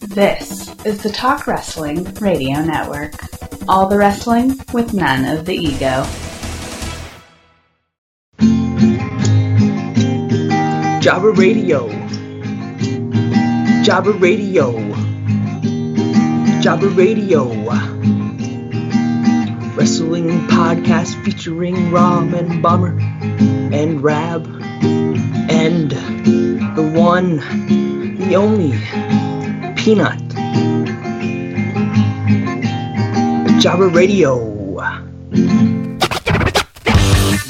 This is the Talk Wrestling Radio Network. All the wrestling with none of the ego. Java Radio. Java Radio. Java Radio. Wrestling podcast featuring Rom and Bomber and Rab and the one, the only Peanut. Java Radio.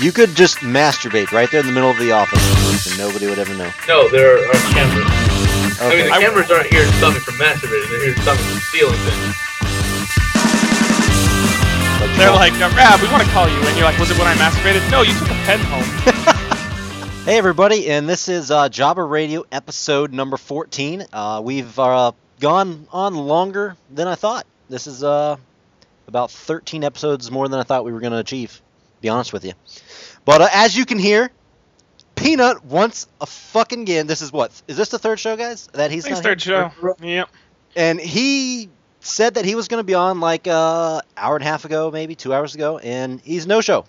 You could just masturbate right there in the middle of the office, and nobody would ever know. No, there are, are cameras. I mean, Okay. the cameras aren't here to stop me from masturbating. They're here to stop me from stealing things. They're like, uh, Rab, we want to call you. And you're like, was it when I masturbated? No, you took a pen home. Hey everybody, and this is uh, Java Radio episode number 14. Uh, we've uh, gone on longer than I thought. This is uh, about 13 episodes more than I thought we were going to achieve. To be honest with you, but uh, as you can hear, Peanut once a fucking again. This is what is this the third show, guys? That he's It's his not here? third show. Yep. and he said that he was going to be on like uh, hour and a half ago, maybe two hours ago, and he's no show.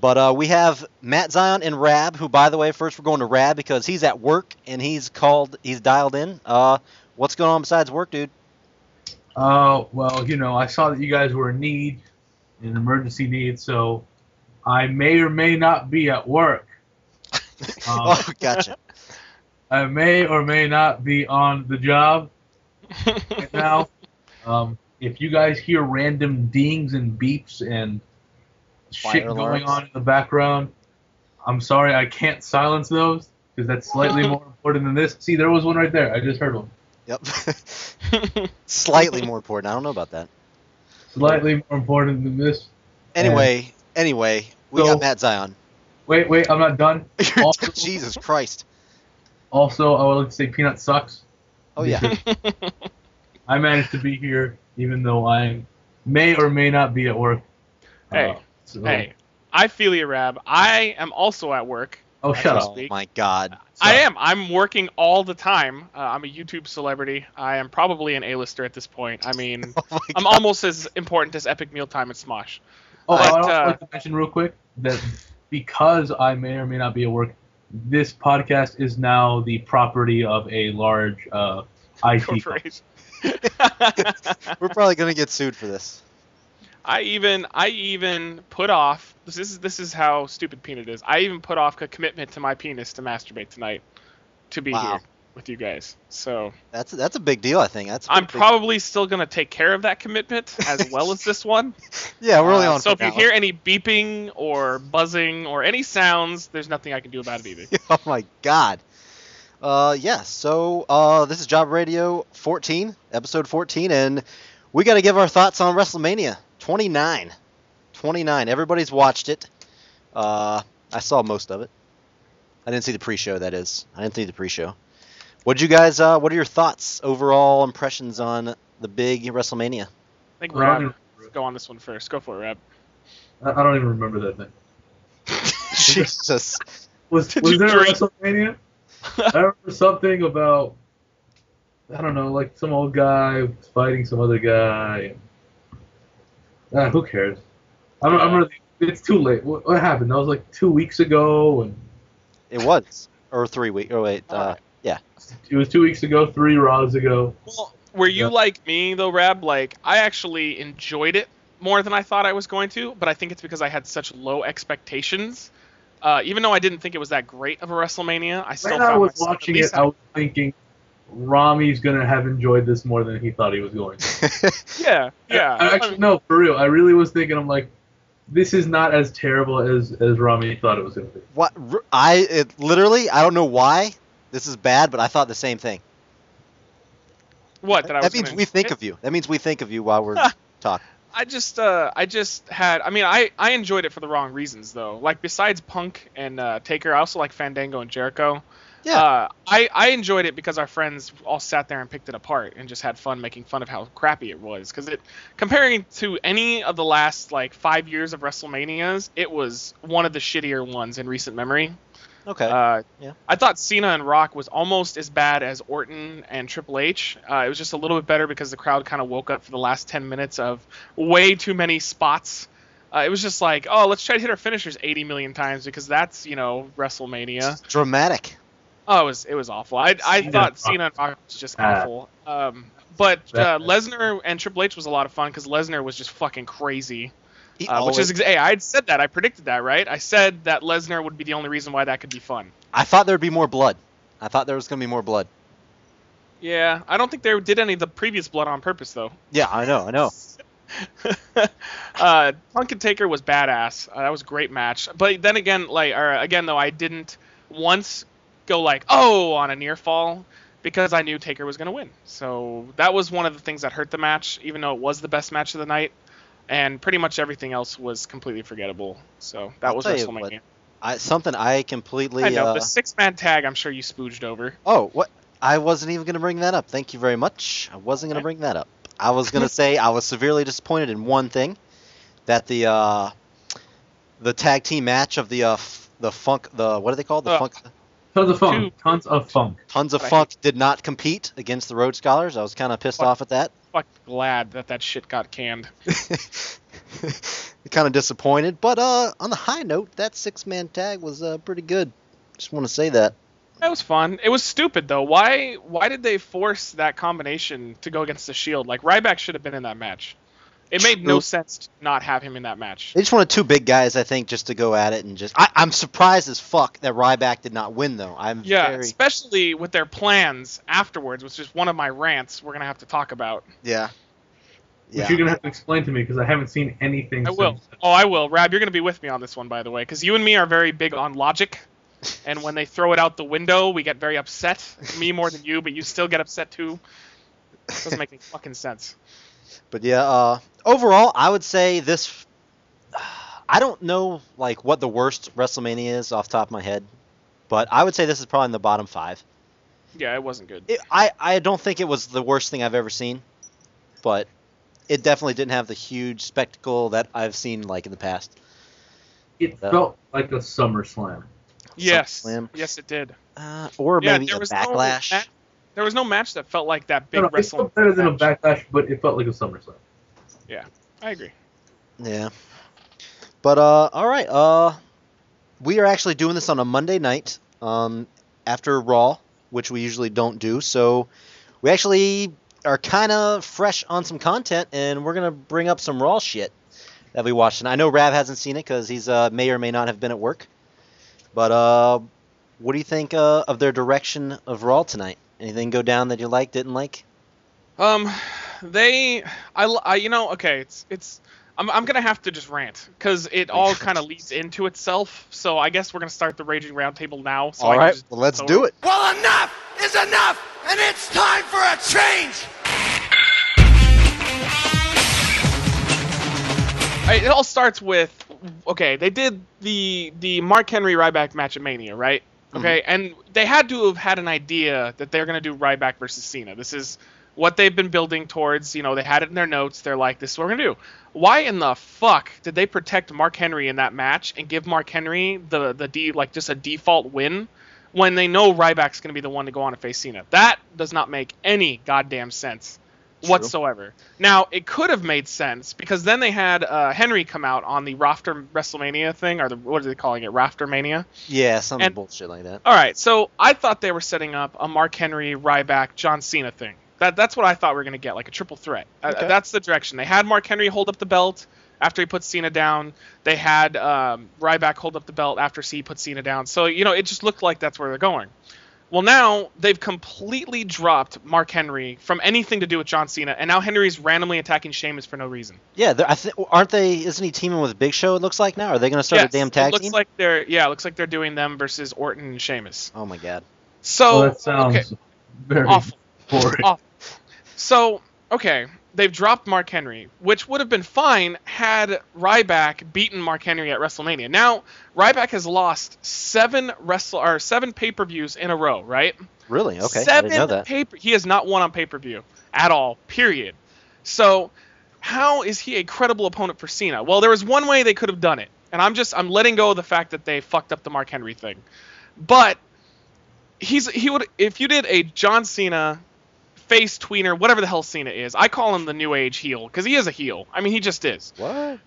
But uh, we have Matt Zion and Rab, who, by the way, first we're going to Rab because he's at work and he's called, he's dialed in. Uh, what's going on besides work, dude? Oh, well, you know, I saw that you guys were in need, an emergency need, so I may or may not be at work. Um, oh, gotcha. I may or may not be on the job right now. Um, if you guys hear random dings and beeps and shit Fire going alarms. on in the background, I'm sorry I can't silence those because that's slightly more important than this. See, there was one right there. I just heard one. Yep. Slightly more important. I don't know about that. Slightly more important than this. Anyway, anyway, we So- got Matt Zion. Wait, wait, I'm not done. Also- Jesus Christ. Also, I would like to say Peanut sucks. Oh, yeah. I managed to be here even though I may or may not be at work. Uh, Hey, so- hey, I feel you, Rab. I am also at work. Oh, shut up. Oh, my God. I am. I'm working all the time. Uh, I'm a YouTube celebrity. I am probably an A-lister at this point. I mean, Oh, my I'm almost as important as Epic Mealtime and Smosh. Oh, But, I would also uh, like to mention real quick that because I may or may not be at work, this podcast is now the property of a large uh, IT company. Corporation. We're probably going to get sued for this. I even I even put off this is this is how stupid peanut is. I even put off a commitment to my penis to masturbate tonight to be Wow. here with you guys. So That's that's a big deal, I think. That's a I'm pretty big probably still gonna take care of that commitment as well as this one. Yeah, we're only Uh, on. so for if you now. hear any beeping or buzzing or any sounds, there's nothing I can do about it either. oh my god. Uh, yeah. So uh, this is Job Radio 14, episode 14, and we got to give our thoughts on WrestleMania 29. 29. Everybody's watched it. Uh, I saw most of it. I didn't see the pre-show. That is, I didn't see the pre-show. What would you guys? Uh, what are your thoughs, overall impressions on the big WrestleMania? I think I don't, Rab, even, go on this one first. Go for it, Rab. I I don't even remember that thing. Jesus. Was, Did was you there a drink? WrestleMania? I remember something about, I don't know, like some old guy fighting some other guy. Ah, who cares? I don't, I Yeah. remember, it's too late. What, what happened? That was like two weeks ago, and It was. Or three weeks. Oh wait. Uh, it was two weeks ago, three rounds ago. Well, were you Yeah. like me though, Rab? Like I actually enjoyed it more than I thought I was going to, but I think it's because I had such low expectations. Uh, even though I didn't think it was that great of a WrestleMania, I still When found I was myself at watching least- it, I was thinking Rami's gonna have enjoyed this more than he thought he was going. to. yeah, yeah. I- I actually, no, for real. I really was thinking. I'm like, this is not as terrible as as Rami thought it was gonna be. What r- I it, literally I don't know why this is bad, but I thought the same thing. what that, I was That means gonna- we think of you. That means we think of you while we're talking. I just, uh, I just had. I mean, I, I enjoyed it for the wrong reasons though. Like besides Punk and uh, Taker, I also like Fandango and Jericho. Yeah. Uh, I, I enjoyed it because our friends all sat there and picked it apart and just had fun making fun of how crappy it was. Because it, comparing to any of the last like five years of WrestleManias, it was one of the shittier ones in recent memory. Okay. Uh, Yeah. I thought Cena and Rock was almost as bad as Orton and Triple H. Uh, it was just a little bit better because the crowd kind of woke up for the last 10 minutes of way too many spots. Uh, it was just like, oh, let's try to hit our finishers 80 million times because that's, you know, WrestleMania. It's dramatic. Oh, it was it was awful. I, I Cena thought and Cena and Rock was just Bad. awful. Um, but uh, Bad. Lesnar and Triple H was a lot of fun because Lesnar was just fucking crazy. He Uh, which always- is ex- hey, I had said that. I predicted that, right? I said that Lesnar would be the only reason why that could be fun. I thought there'd be more blood. I thought there was gonna be more blood. Yeah, I don't think they did any of the previous blood on purpose though. Yeah, I know, I know. uh, Punk and Taker was badass. Uh, that was a great match. But then again, like or again though, I didn't once go like oh on a near fall because I knew Taker was gonna win. So that was one of the things that hurt the match, even though it was the best match of the night. And pretty much everything else was completely forgettable. So that I'll was tell you what, WrestleMania. I, something I completely. I know uh, the six man tag. I'm sure you spooged over. Oh, what? I wasn't even going to bring that up. Thank you very much. I wasn't going Okay. to bring that up. I was going to say I was severely disappointed in one thing, that the uh, the tag team match of the uh, f- the funk the what are they called the Uh, funk Tons of funk. Two- Tons of funk. tons of but I- funk did not compete against the Road Scholars. I was kind of pissed Fuck. off at that. Fuck glad that that shit got canned. kind of disappointed, but uh, on the high note, that six man tag was uh, pretty good. Just want to say that. That was fun. It was stupid though. Why why did they force that combination to go against the Shield? Like Ryback should have been in that match. It made no True. sense to not have him in that match. They just wanted two big guys, I think, just to go at it and just. I, I'm surprised as fuck that Ryback did not win, though. I'm Yeah, very. especially with their plans afterwards, which is one of my rants we're gonna have to talk about. Yeah. Which Yeah. you're gonna have to explain to me because I haven't seen anything. I will. Since. Oh, I will. Rab, you're gonna be with me on this one, by the way, because you and me are very big on logic, and when they throw it out the window, we get very upset. Me more than you, but you still get upset too. Doesn't make any fucking sense. But yeah, uh, overall, I would say this. I don't know like what the worst WrestleMania is off the top of my head, but I would say this is probably in the bottom five. Yeah, it wasn't good. It, I I don't think it was the worst thing I've ever seen, but it definitely didn't have the huge spectacle that I've seen like in the past. It Yeah. felt like a SummerSlam. Yes, SummerSlam. yes, it did. Uh, or Yeah, maybe there a was no backlash. ma- there was no match that felt like that No, big no, it wrestling. felt better than a match. backlash, but it felt like a SummerSlam. I agree. Yeah. But uh, all right. Uh, we are actually doing this on a Monday night, um, after Raw, which we usually don't do. So we actually are kind of fresh on some content, and we're gonna bring up some Raw shit that we watched. And I know Rav hasn't seen it because he's uh, may or may not have been at work. But uh, what do you think uh, of their direction of Raw tonight? Anything go down that you like, didn't like? Um, they, I, l- I- you know, okay, it's, it's, I'm, I'm gonna have to just rant because it all kind of leads into itself. So I guess we're gonna start the raging roundtable now. So I can just- so- it. Well, enough is enough, and it's time for a change. I- It all starts with, okay, they did the the Mark Henry Ryback match at Mania, right? Okay, and they had to have had an idea that they're gonna do Ryback versus Cena. This is what they've been building towards. You know, they had it in their notes. They're like, this is what we're gonna do. Why in the fuck did they protect Mark Henry in that match and give Mark Henry the the D like just a default win when they know Ryback's gonna be the one to go on and face Cena? That does not make any goddamn sense whatsoever. Now it could have made sense because then they had uh, Henry come out on the Rafter WrestleMania thing or the what are they calling it Rafter Mania? Yeah, some And- bullshit like that. All right, so I thought they were setting up a Mark Henry, Ryback, John Cena thing. That that's what I thought we were gonna get, like a triple threat. Uh, Okay. that's the direction they had. Mark Henry hold up the belt after he put Cena down. They had um, Ryback hold up the belt after he put Cena down. So you know, it just looked like that's where they're going. Well, now they've completely dropped Mark Henry from anything to do with John Cena, and now Henry's randomly attacking Sheamus for no reason. Yeah, they're- I th- aren't they? Isn't he teaming with Big Show? It looks like now. Are they going to start Yes, a damn tag it looks team? like they're yeah, it looks like they're doing them versus Orton and Sheamus. oh my god. So well, that sounds Oh, okay, very awful. boring. Awful. So, okay, they've dropped Mark Henry, which would have been fine had Ryback beaten Mark Henry at WrestleMania. Now, Ryback has lost seven wrestle or seven pay-per-views in a row, right? Really? Okay. I Seven didn't know that. paper. He has not won on pay per view at all. Period. So, how is he a credible opponent for Cena? Well, there was one way they could have done it, and I'm just I'm letting go of the fact that they fucked up the Mark Henry thing. But he's he would if you did a John Cena face tweener, whatever the hell Cena is. I call him the new age heel because he is a heel. I mean, he just is. What?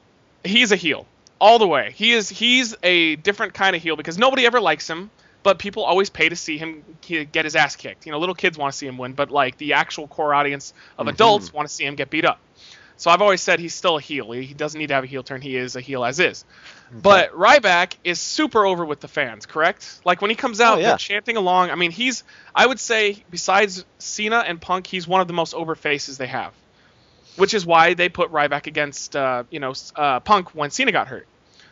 He's a heel all the way. He is he's a different kind of heel because nobody ever likes him, but people always pay to see him ki- get his ass kicked. You know, little kids want to see him win, but like the actual core audience of adults want to see him get beat up. So I've always said he's still a heel. He he doesn't need to have a heel turn. He is a heel as is. But Ryback is super over with the fans, correct? Like when he comes out, Oh, yeah. they're chanting along. I mean, he's I would say besides Cena and Punk, he's one of the most over faces they have, which is why they put Ryback against uh, you know s- uh, Punk when Cena got hurt.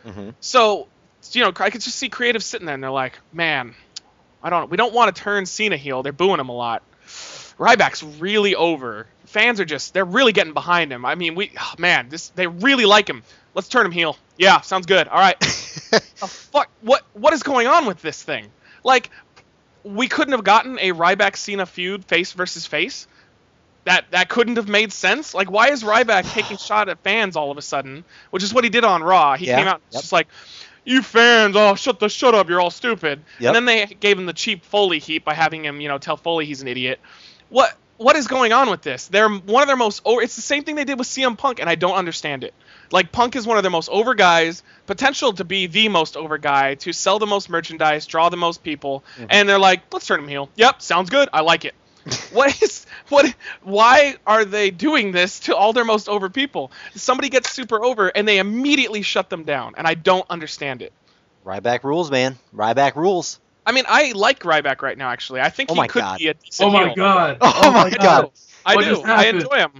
Mhm. So you know I could just see creatives sitting there and they're like, man, I don't we don't want to turn Cena heel. They're booing him a lot. Ryback's really over. Fans are just they're really getting behind him. I mean, we oh, man, this they really like him. Let's turn him heel. Yeah, sounds good. All right. the fuck what what is going on with this thing? Like we couldn't have gotten a Ryback Cena feud face versus face. That that couldn't have made sense. Like why is Ryback taking shot at fans all of a sudden, which is what he did on Raw. He Yeah, came out and was yep. just like you fans, oh shut the shut up, you're all stupid. Yep. And then they gave him the cheap Foley heat by having him, you know, tell Foley he's an idiot. What what is going on with this? They're one of their most over. It's the same thing they did with CM Punk, and I don't understand it. Like Punk is one of their most over guys, potential to be the most over guy, to sell the most merchandise, draw the most people, and they're like, let's turn him heel. Yep, sounds good. I like it. what is what? Why are they doing this to all their most over people? Somebody gets super over, and they immediately shut them down, and I don't understand it. Ryback rules, man. Ryback rules. I mean, I like Ryback right now. Actually, I think Oh my he could God. be a decent Oh my heel. god. Oh my God. I What do. just I happened? enjoy him.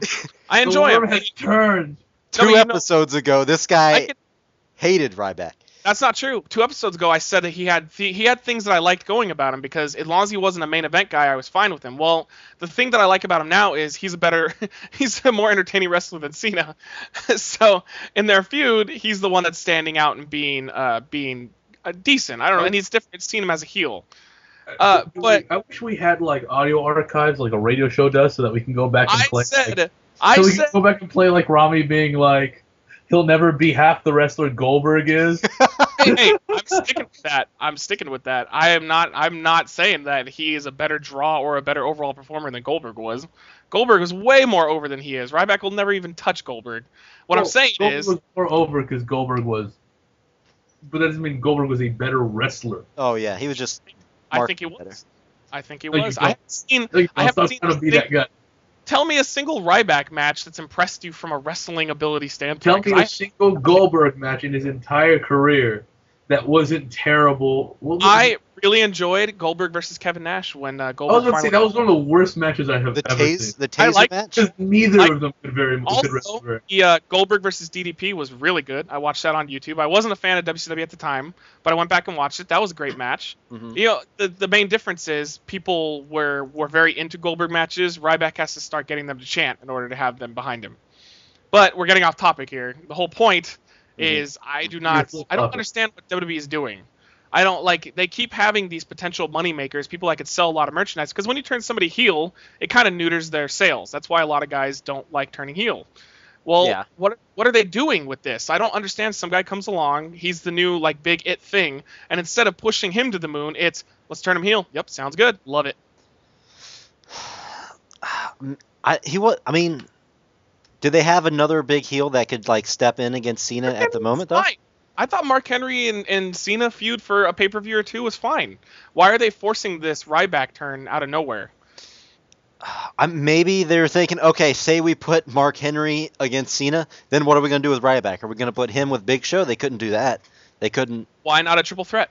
I The enjoy worm him. has turned. No, Two you know- episodes ago, this guy I can- hated Ryback. that's not true. Two episodes ago, I said that he had th- he had things that I liked going about him because as long as he wasn't a main event guy, I was fine with him. Well, the thing that I like about him now is he's a better, he's a more entertaining wrestler than Cena. so in their feud, he's the one that's standing out and being uh being uh, decent. I don't know, and he's different. It's seen him as a heel. Uh, but- I wish we had like audio archives, like a radio show does, so that we can go back and I play. said, like, I so we said. can go back and play like Rami being like, he'll never be half the wrestler Goldberg is. hey, hey, I'm sticking with that. I'm sticking with that. I am not. I'm not saying that he is a better draw or a better overall performer than Goldberg was. Goldberg was way more over than he is. Ryback will never even touch Goldberg. What I'm Well, saying Oh, Goldberg is, was more over because Goldberg was, but that doesn't mean Goldberg was a better wrestler. Oh yeah, he was just. I think he was. markedly I think he No, you was. don't. I haven't seen. Like, I haven't stop seen trying this to be thing- that guy. Tell me a single Ryback match that's impressed you from a wrestling ability Tell standpoint. me 'cause I- a single Goldberg match in his entire career that wasn't terrible. What was I really enjoyed Goldberg versus Kevin Nash when uh, I was Goldberg gonna finally. say that was one of the worst matches I have The ever tase, seen. the I taser like- match. Because neither I- of them could very much could also, wrestle. very- the uh, Goldberg versus DDP was really good. I watched that on YouTube. I wasn't a fan of WCW at the time, but I went back and watched it. That was a great match. Mm-hmm. Mhm. You know, the, the main difference is people were were very into Goldberg matches. Ryback has to start getting them to chant in order to have them behind him. But we're getting off topic here. The whole point is I do not Mm-hmm. full I don't topic. understand what WWE is doing. I don't like they keep having these potential money makers, people that could sell a lot of merchandise because when you turn somebody heel, it kind of neuters their sales. That's why a lot of guys don't like turning heel. Well, Yeah. what what are they doing with this? I don't understand. Some guy comes along, he's the new like big it thing, and instead of pushing him to the moon, it's let's turn him heel. Yep, sounds good. Love it. I he was. I mean, do they have another big heel that could like step in against Cena at the moment though? Fine. I thought Mark Henry and, and Cena feud for a pay per view or two was fine. Why are they forcing this Ryback turn out of nowhere? I, maybe they're thinking, okay, say we put Mark Henry against Cena, then what are we going to do with Ryback? Are we going to put him with Big Show? They couldn't do that. They couldn't. Why not a triple threat?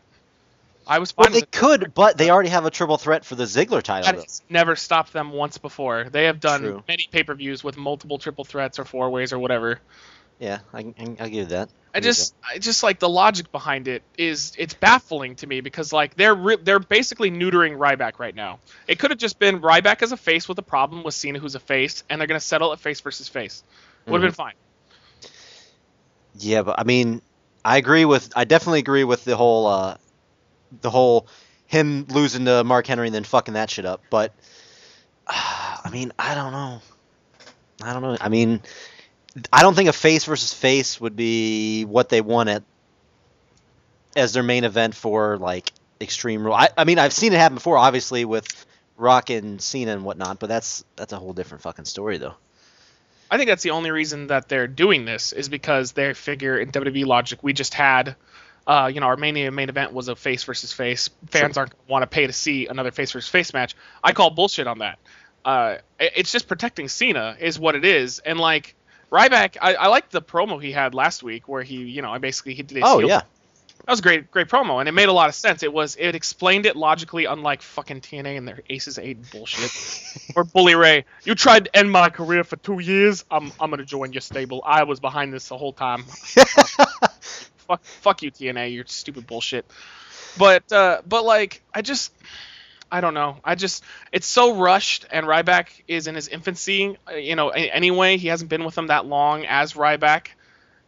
I was fine Well, they with it. could, but they already have a triple threat for the Ziggler title. That Though. has never stopped them once before. They have done True. many pay per views with multiple triple threats or four ways or whatever. Yeah, I, can- I, can- I'll give you that. I There you just, I just like the logic behind it is it's baffling to me because like they're re- they're basically neutering Ryback right now. It could have just been Ryback as a face with a problem with Cena who's a face, and they're gonna settle at face versus face. Would Mm-hmm. have been fine. go. Yeah, but I mean, I agree with. I definitely agree with the whole, uh, the whole him losing to Mark Henry and then fucking that shit up. But I mean, I don't know. I don't know. I mean, I don't think a face versus face would be what they want at as their main event for like Extreme Rule. I, I mean, I've seen it happen before, obviously with Rock and Cena and whatnot, but that's that's a whole different fucking story, though. I think that's the only reason that they're doing this is because they figure in WWE logic we just had, uh, you know, our main main event was a face versus face. Fans aren't going to want to pay to see another face versus face match. I call bullshit on that. Uh, it- it's just protecting Cena is what it is, and like Ryback, I, I like the promo he had last week where he, you know, basically he did. his Oh heel- yeah, that was a great, great promo, and it made a lot of sense. It was, it explained it logically, unlike fucking TNA and their Aces Eight bullshit. or Bully Ray, you tried to end my career for two years. I'm, I'm gonna join your stable. I was behind this the whole time. fuck, fuck you TNA, your stupid bullshit. But, uh, but like, I just, I don't know. I just, it's so rushed, and Ryback is in his infancy. uh, You know, a- anyway, he hasn't been with them that long as Ryback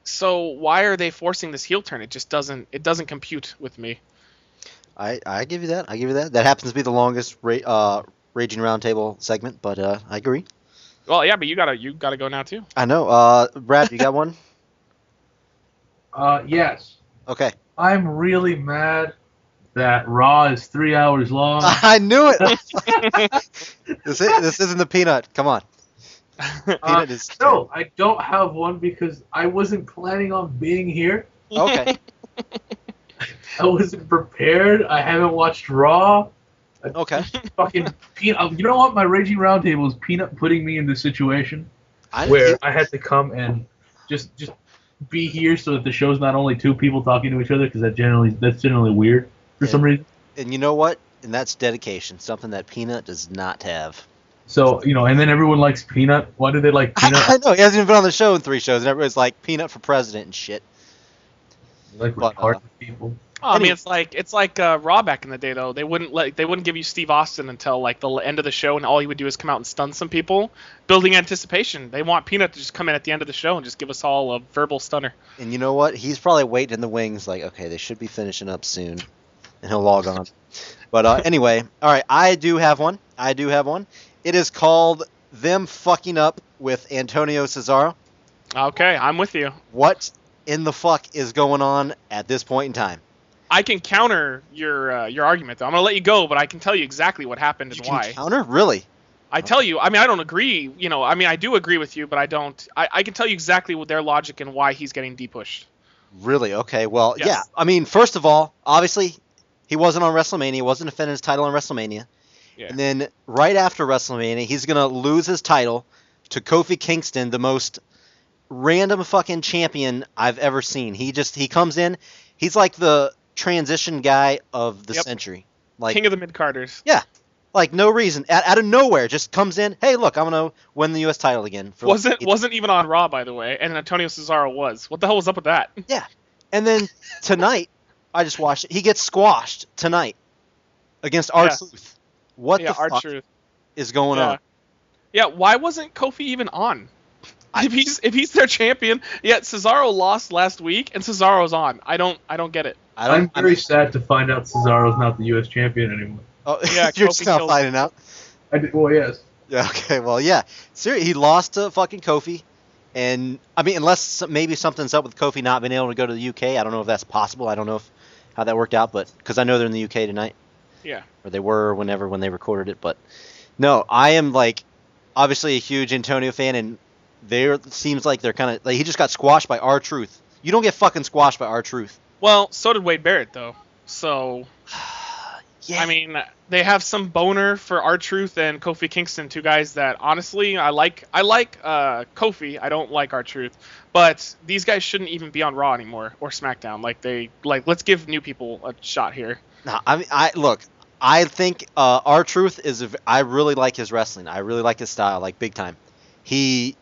so why are they forcing this heel turn? It just doesn't it doesn't compute with me. I I give you that. I give you that. That happens to be the longest ra- uh, raging roundtable segment, but uh, I agree. Well, yeah, but you gotta you gotta go now too. I know. Uh, Brad, you got one? Uh, yes. Okay. I'm really mad that Raw is three hours long. I knew it. this is, this isn't the peanut. Come on. Uh, Peanut is no, I don't have one because I wasn't planning on being here. okay. I wasn't prepared. I haven't watched Raw. Okay. Fucking peanut. You know what? My raging roundtable is peanut putting me in this situation I, where I had to come and just just be here so that the show's not only two people talking to each other because that generally that's generally weird for Yeah. some reason. and you know what? And that's dedication, something that peanut does not have. So you know, and then everyone likes peanut. Why do they like I, peanut? I know he hasn't even been on the show in three shows, and everybody's like peanut for president and shit. like But, uh, retarded people. Well, I mean, Anyway. it's like it's like uh, Raw back in the day though. They wouldn't let they wouldn't give you Steve Austin until like the l- end of the show, and all he would do is come out and stun some people, building anticipation. They want Peanut to just come in at the end of the show and just give us all a verbal stunner. And you know what? He's probably waiting in the wings, like, okay, they should be finishing up soon, and he'll log on. But uh, anyway, all right, I do have one. I do have one. It is called "Them Fucking Up" with Antonio Cesaro. Okay, I'm with you. What in the fuck is going on at this point in time? I can counter your uh, your argument though. I'm gonna let you go, but I can tell you exactly what happened You and can why. counter? Really? I tell you, I mean, I don't agree. You know, I mean, I do agree with you, but I don't. I, I can tell you exactly what their logic and why he's getting depushed. Really? Okay. Well, Yes. yeah. I mean, first of all, obviously, he wasn't on WrestleMania. He wasn't defending his title on WrestleMania. Yeah. And then right after WrestleMania, he's gonna lose his title to Kofi Kingston, the most random fucking champion I've ever seen. He just he comes in, he's like the transition guy of the Yep. century. Like King of the Mid Carters. like no reason, out, out of nowhere, just comes in. Hey, look, I'm gonna win the U.S. title again. For like wasn't 18 wasn't even on Raw, by the way, and Antonio Cesaro was. What the hell was up with that? And then tonight, I just watched it. He gets squashed tonight against R Yeah. Truth. What yeah, the fuck Truth. is going yeah. on? Yeah, why wasn't Kofi even on? If he's if he's their champion, yet Cesaro lost last week and Cesaro's on. I don't I don't get it. I I'm don't. very sad to find out Cesaro's not the U.S. champion anymore. oh, yeah, you're Kofi just not killed- finding out. I did, well, yes. Yeah. Okay. Well, yeah. Seriously, he lost to fucking Kofi, and I mean, unless some- maybe something's up with Kofi not being able to go to the UK. I don't know if that's possible. I don't know if how that worked out, but because I know they're in the UK tonight. Yeah. Or they were whenever when they recorded it, but no, I am like obviously a huge Antonio fan, and there seems like they're kind of like he just got squashed by R Truth. You don't get fucking squashed by R Truth. Well, so did Wade Barrett though. So Yeah. I mean, they have some boner for R Truth and Kofi Kingston, two guys that honestly I like. I like uh, Kofi. I don't like R Truth, but these guys shouldn't even be on Raw anymore or SmackDown. Like they like let's give new people a shot here. No, I mean, I look. I think uh, our truth is. a v- I really like his wrestling. I really like his style, like big time. He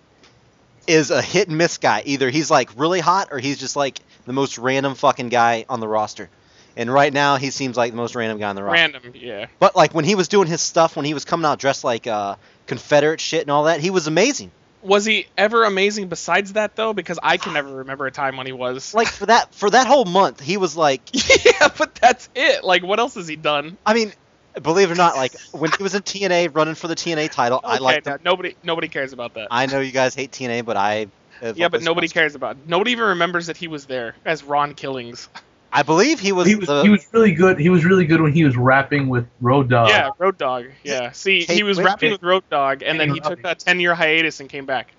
is a hit and miss guy. Either he's like really hot, or he's just like the most random fucking guy on the roster. And right now, he seems like the most random guy on the roster. Random, yeah. But like when he was doing his stuff, when he was coming out dressed like uh, Confederate shit and all that, he was amazing. Was he ever amazing besides that though? Because I can never remember a time when he was. Like for that for that whole month, he was like yeah, but that's it. Like what else has he done? I mean, believe it or not, like when he was in TNA running for the TNA title, I Okay, liked him. now, nobody nobody cares about that. I know you guys hate TNA, but I have yeah, but always nobody watched- cares about. Nobody even remembers that he was there as Ron Killings. I believe he was, He was the he was really good. He was really good when he was rapping with Road Dogg. yeah, Road Dog. Yeah. See, he Kate was Winslet. rapping with Road Dog, and then he Robbie. took a ten-year hiatus and came back.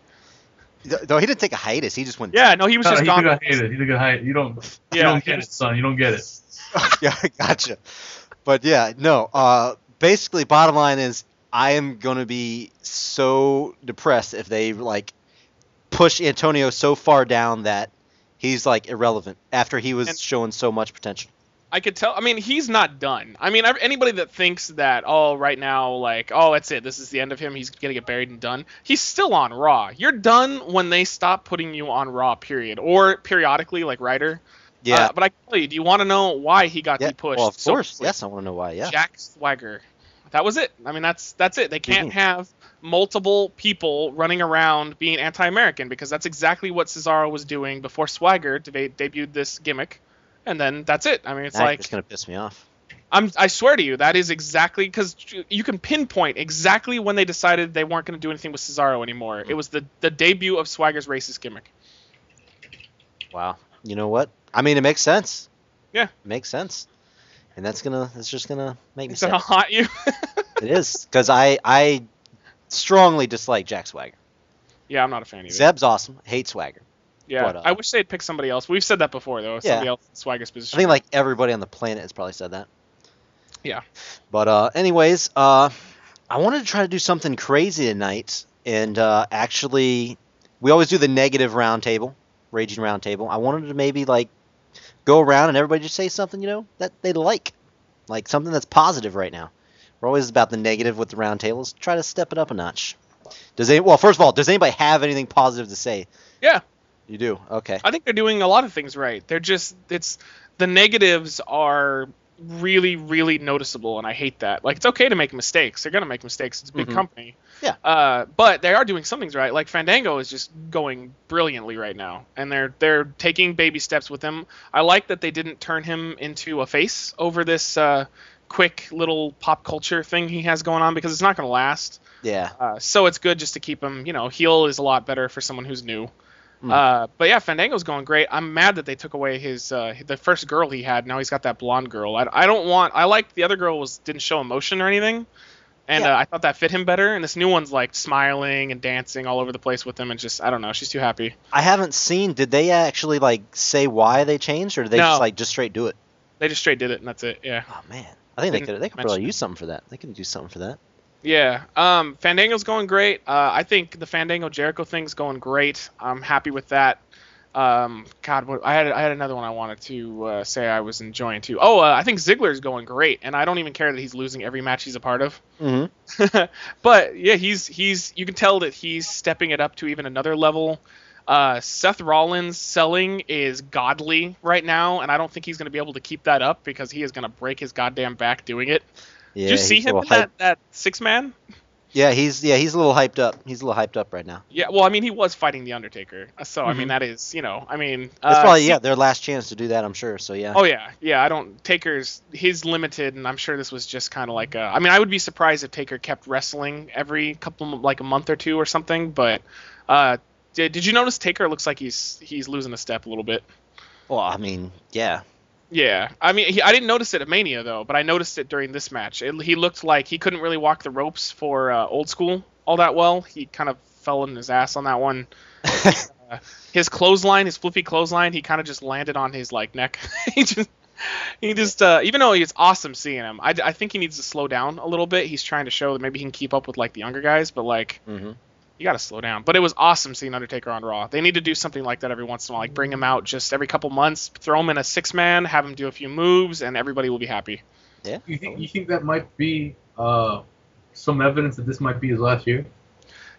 th- no, he didn't take a hiatus. He just went Yeah. No, he was No, just he gone. took a hiatus. He took a hiatus. You don't. you Yeah. don't he get was- it, son. You don't get it. yeah, gotcha. But yeah, no. Uh, basically, bottom line is I am gonna be so depressed if they like push Antonio so far down that he's like irrelevant after he was And- uh, showing so much potential. I could tell. I mean, he's not done. I mean, I- anybody that thinks that, oh, right now, like, oh, that's it. This is the end of him. He's gonna get buried and done. He's still on Raw. You're done when they stop putting you on Raw, period, or periodically, like Ryder. Yeah. Uh, but I can tell you, do you want to know why he got yeah. depushed? well, of so course. quickly? yes, I want to know why. Yeah. Jack Swagger. That was it. I mean, that's that's it. They can't Mhm. have multiple people running around being anti-American because that's exactly what Cesaro was doing before Swagger de- debuted this gimmick, and then that's it. I mean, it's Now you're like just gonna piss me off. I'm I swear to you, that is exactly because you can pinpoint exactly when they decided they weren't going to do anything with Cesaro anymore. Mm-hmm. It was the the debut of Swagger's racist gimmick. Wow. You know what? I mean, it makes sense. Yeah. It makes sense. And that's gonna. That's just gonna make me Is sad. that how hot you? It is because I I strongly dislike Jack Swagger. yeah, I'm not a fan either. Zeb's awesome. Hate Swagger. yeah, but, uh, I wish they'd pick somebody else. We've said that before though. Somebody else in Swagger's I position. think like everybody on the planet has probably said that. Yeah. But uh, anyways, uh, I wanted to try to do something crazy tonight, and uh, actually, we always do the negative roundtable, raging roundtable. I wanted to maybe like go around and everybody just say something you know that they like, like something that's positive right now. We're always about the negative with the roundtables. Try to step it up a notch. Does any well? First of all, does anybody have anything positive to say? Yeah. You do. Okay. I think they're doing a lot of things right. They're just it's the negatives are really really noticeable and I hate that. Like it's okay to make mistakes. They're going to make mistakes. It's a big Mhm. company. Yeah. Uh but they are doing some things right. Like Fandango is just going brilliantly right now and they're they're taking baby steps with him. I like that they didn't turn him into a face over this uh quick little pop culture thing he has going on because it's not going to last. Yeah. Uh, so it's good just to keep him, you know, heel is a lot better for someone who's new. Mm. Uh, but yeah, Fandango's going great. I'm mad that they took away his uh, the first girl he had. Now he's got that blonde girl. I, I don't want. I like the other girl was didn't show emotion or anything, and Yeah. uh, I thought that fit him better. And this new one's like smiling and dancing all over the place with him, and just I don't know. She's too happy. I haven't seen. Did they actually like say why they changed, or did they No. just like just straight do it? They just straight did it, and that's it. Yeah. Oh man, I think they Didn't could. They could mention probably it. use something for that. They could do something for that. Yeah. Um, Fandango's going great. Uh, I think the Fandango Jericho thing's going great. I'm happy with that. Um, God, what, I had I had another one I wanted to uh, say I was enjoying too. Oh, uh, I think Ziggler's going great, and I don't even care that he's losing every match he's a part of. Mm-hmm. but yeah, he's he's you can tell that he's stepping it up to even another level. Uh, Seth Rollins selling is godly right now, and I don't think he's going to be able to keep that up because he is going to break his goddamn back doing it. Yeah, Did you he's see a him little in that, hyped- that six man? Yeah, he's yeah he's a little hyped up. He's a little hyped up right now. Yeah, well, I mean, he was fighting the Undertaker, uh, so I mean, that is, you know, I mean, That's uh, Mm-hmm. probably yeah their last chance to do that. I'm sure. So yeah. Oh yeah, yeah. I don't Taker's he's limited, and I'm sure this was just kind of like a. I mean, I would be surprised if Taker kept wrestling every couple like a month or two or something. But uh, did, did you notice Taker looks like he's he's losing a step a little bit? Well, I mean, yeah. Yeah, I mean, he, I didn't notice it at Mania though, but I noticed it during this match. It, he looked like he couldn't really walk the ropes for uh, old school all that well. He kind of fell on his ass on that one. Uh, his clothesline, his flippy clothesline, he kind of just landed on his like neck. he just, he just, uh, even though it's awesome seeing him, I, I think he needs to slow down a little bit. He's trying to show that maybe he can keep up with like the younger guys, but like Mm-hmm. you gotta slow down. But it was awesome seeing Undertaker on Raw. They need to do something like that every once in a while. Like bring him out just every couple months, throw him in a six man, have him do a few moves, and everybody will be happy. You think you think that might be uh, some evidence that this might be his last year?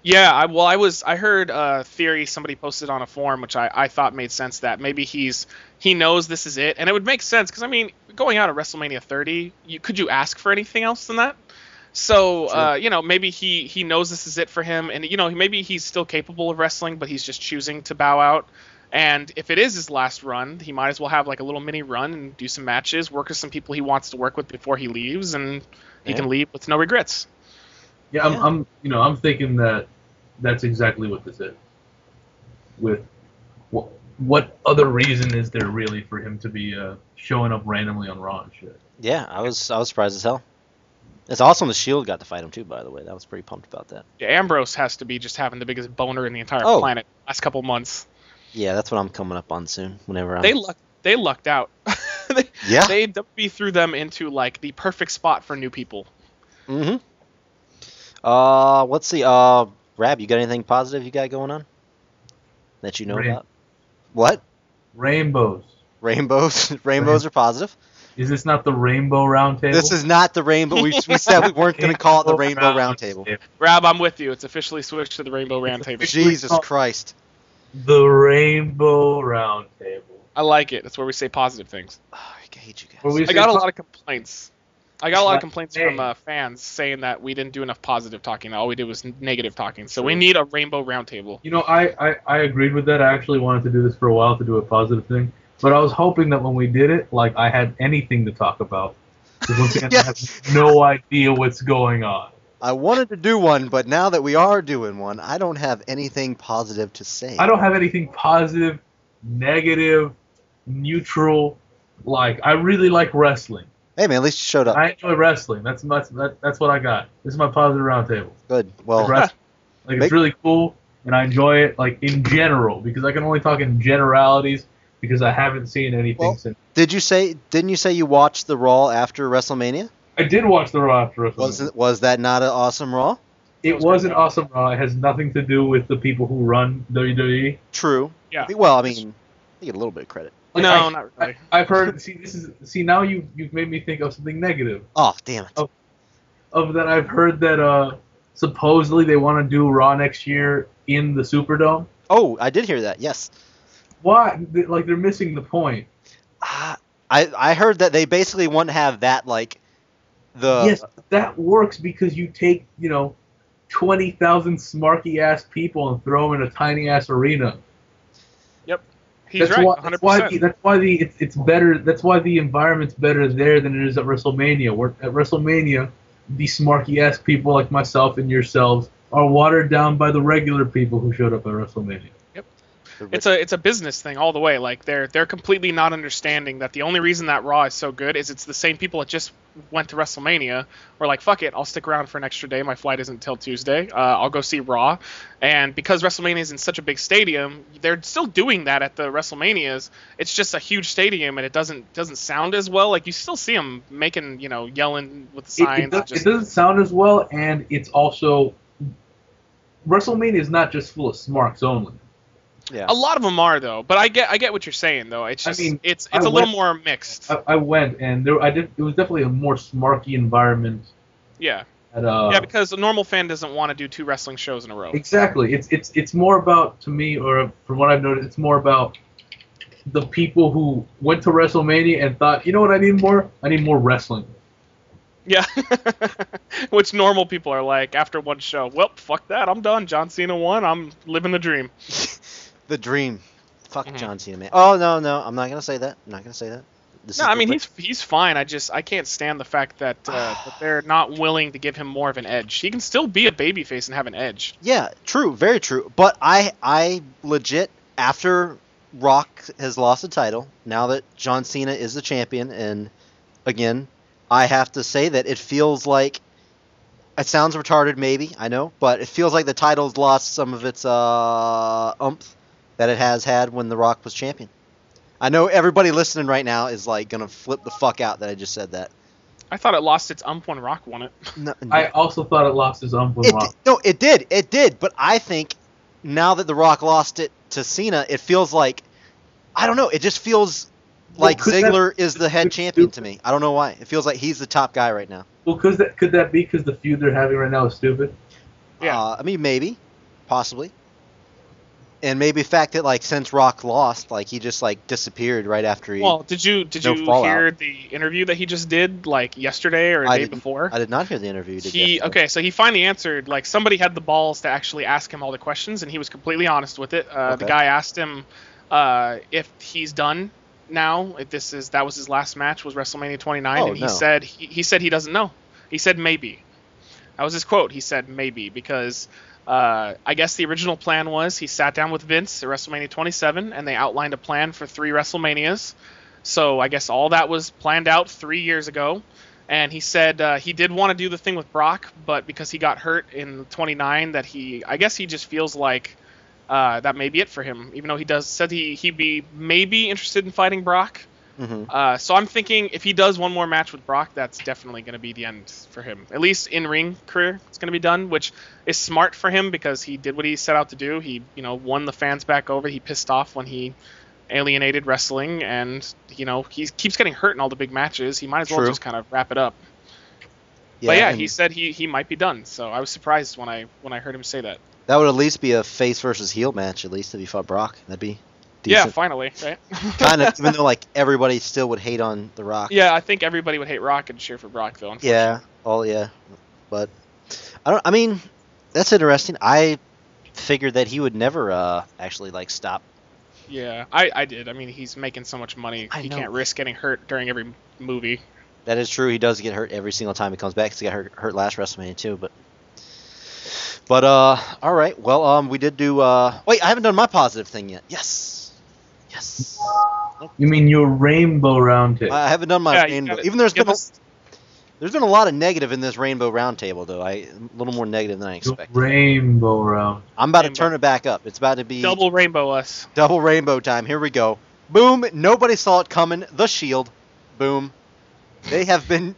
Yeah, I, well, I was I heard a theory somebody posted on a forum, which I, I thought made sense that maybe he's he knows this is it, and it would make sense because I mean going out at WrestleMania 30, you could you ask for anything else than that? So uh, you know maybe he he knows this is it for him, and you know maybe he's still capable of wrestling, but he's just choosing to bow out. And if it is his last run, he might as well have like a little mini run and do some matches, work with some people he wants to work with before he leaves, and he Yeah. can leave with no regrets. Yeah, I'm, Yeah. I'm you know I'm thinking that that's exactly what this is. With wh- what other reason is there really for him to be uh, showing up randomly on Raw and shit? Yeah, I was I was surprised as hell. It's awesome the Shield E got to fight him too. By the way, I was pretty pumped about that. Yeah, Ambrose has to be just having the biggest boner in the entire Oh. planet last couple months. Yeah, that's what I'm coming up on soon. Whenever I'm They luck they lucked out. they, Yeah. They WWE threw them into like the perfect spot for new people. Mm-hmm. Uh, let's see. Uh, Rab, you got anything positive you got going on that you know Rain- about? What Rainbows. rainbows? rainbows are positive. Is this not the Rainbow Roundtable? This is not the rainbow. We, we said we weren't going to call it the rainbow roundtable. Rab, I'm with you. It's officially switched to the Rainbow Roundtable. Jesus Christ! The Rainbow Roundtable. I like it. That's where we say positive things. Oh, I hate you Where guys. we I say got a fuck- lot of complaints. I got a lot of Like, complaints hey. from uh, fans saying that we didn't do enough positive talking. All we did was n- negative talking. So we need a Rainbow Roundtable. You know, I, I, I agreed with that. I actually wanted to do this for a while to do a positive thing. But I was hoping that when we did it, like, I had anything to talk about. 'Cause once again, I have no idea what's going on. I wanted to do one, but now that we are doing one, I don't have anything positive to say. I don't have anything positive, negative, neutral. Like, I really like wrestling. Hey man, at least you showed up. I enjoy wrestling. That's my, that, that's what I got. This is my positive roundtable. Good. Like, Well, wrestling. like it's Make- really cool, and I enjoy it. Like in general, because I can only talk in generalities because I haven't seen anything Well- since. did you say? Didn't you say you watched the Raw after WrestleMania? I did watch the Raw after WrestleMania. Was it, was that not an awesome Raw? It was an awesome Raw. It has nothing to do with the people who run E. WWE. True. Yeah. Well, I mean, I get a little bit of credit. Like, no, I, not really. I, I've heard. See, this is see now you you've made me think of something negative. Oh, damn it. Oh. Of that, I've heard that uh supposedly they want to do Raw next year in the Superdome. Oh, I did hear that. Yes. Why? They- Like they're missing the point. Ah, I I heard that they basically want to have that like the uh, yes, that works because you take, you know, 20,000 smarky ass people and throw them in a tiny ass arena. He's that's right. why, 100%. that's why, the, that's why the it's, it's better. That's why the environment's better there than it is at WrestleMania. Where at WrestleMania, the smarky ass people like myself and yourselves are watered down by the regular people who showed up at WrestleMania. the it's a it's a business thing all the way. Like they're they're completely not understanding that the only reason that Raw is so good is it's the same people that just went to WrestleMania were like, fuck it, I'll stick around for an extra day. My flight isn't until Tuesday. Uh, I'll go see Raw, and because WrestleMania is in such a big stadium, they're still doing that at the WrestleManias. It's just a huge stadium, and it doesn't doesn't sound as well. Like you still see them making you know yelling with the It- It, signs. does, just- it doesn't sound as well, and it's also WrestleMania is not just full of smarks only. yeah. a lot of them are though, but I get I get what you're saying though. It's I just mean, it's I Uh, it's a went- little more mixed. I, I went, and there I did. It was definitely a more smarky environment. yeah. At, uh, Oh. Yeah, because a normal fan doesn't want to do two wrestling shows in a row. exactly. It's it's it's more about to me, or from what I've noticed, it's more about the people who went to WrestleMania and thought, you know what, I need more. I need more wrestling. Yeah. Which normal people are like after one show, well, fuck that, I'm done. John Cena won, I'm living the dream. the dream. Fuck Mhm. John Cena, man. Oh no, no, I'm not gonna say that. I'm not gonna say that. This No, is I the- mean he's he's fine. I just I can't stand the fact that uh, that they're not willing to give him more of an edge. He can still be a babyface and have an edge. Yeah, true, very true. But I I legit after Rock has lost the title, now that John Cena is the champion and again, I have to say that it feels like it sounds retarded maybe, I know, but it feels like the title's lost some of its uh umph that it has had when the Rock was champion. I know everybody listening right now is like going to flip the fuck out that I just said that. I thought it lost its ump when Rock won it. No, Hmm. I also thought it lost his ump when it, Raw. di- no, it did. It did. But I think now that The Rock lost it to Cena, it feels like I don't know. It just feels Well, like could that- Ziggler is the head could- champion to me. I don't know why. It feels like he's the top guy right now. Well, could that could that be because the feud they're having right now is stupid? Yeah. Uh, I mean, maybe, possibly, and maybe the fact that like since Rock lost, like he just like disappeared right after he. Well, did you did No you fallout. hear the interview that he just did like yesterday or a I day didn't- before? I did not hear the interview. Did he Jeff? okay so he finally answered like somebody had the balls to actually ask him all the questions and he was completely honest with it uh, the Okay. guy asked him uh, if he's done now if this is that was his last match was wrestlemania 29 Oh, and he no. said he, he said he doesn't know he said maybe that was his quote he said maybe because Uh, I guess the original plan was he sat down with Vince at WrestleMania 27, and they outlined a plan for three WrestleManias. So I guess all that was planned out three years ago. And he said uh, he did want to do the thing with Brock, but because he got hurt in 29, that he, I guess he just feels like uh, that may be it for him. Even though he does said he he'd be maybe interested in fighting Brock. Mhm. Uh, so I'm thinking if he does one more match with Brock, that's definitely going to be the end for him. At least in ring career, it's going to be done, which is smart for him because he did what he set out to do. He, you know, won the fans back over. He pissed off when he alienated wrestling, and you know he keeps getting hurt in all the big matches. He might as well True. just kind of wrap it up. but yeah, and he said he he might be done. So I was surprised when I when I heard him say that. that would at least be a face versus heel match. At least if he fought Brock, that'd be Yeah, decent. finally, right? kind of. Even though like everybody still would hate on The Rock. Yeah, I think everybody would hate Rock and cheer for Brock though. unfortunately. Yeah. All yeah. But I don't. I mean, that's interesting. I figured that he would never uh, actually like stop. Yeah, I, I did. I mean, he's making so much money. I he know. can't risk getting hurt during every m- movie. That is true. He does get hurt every single time he comes back. 'cause he got hurt, hurt last WrestleMania too. But but uh, all right. Well, um, we did do. Uh, wait, I haven't done my positive thing yet. Yes. Yes. You mean your rainbow round tip? I haven't done my Yeah, you rainbow. gotta Even there's give been a, us- there's been a lot of negative in this rainbow roundtable though. I a little more negative than I Your expected. rainbow round. I'm about to Rainbow. turn it back up. It's about to be Double rainbow us. double rainbow time. Here we go. Boom. Nobody saw it coming. The Shield. Boom. They have been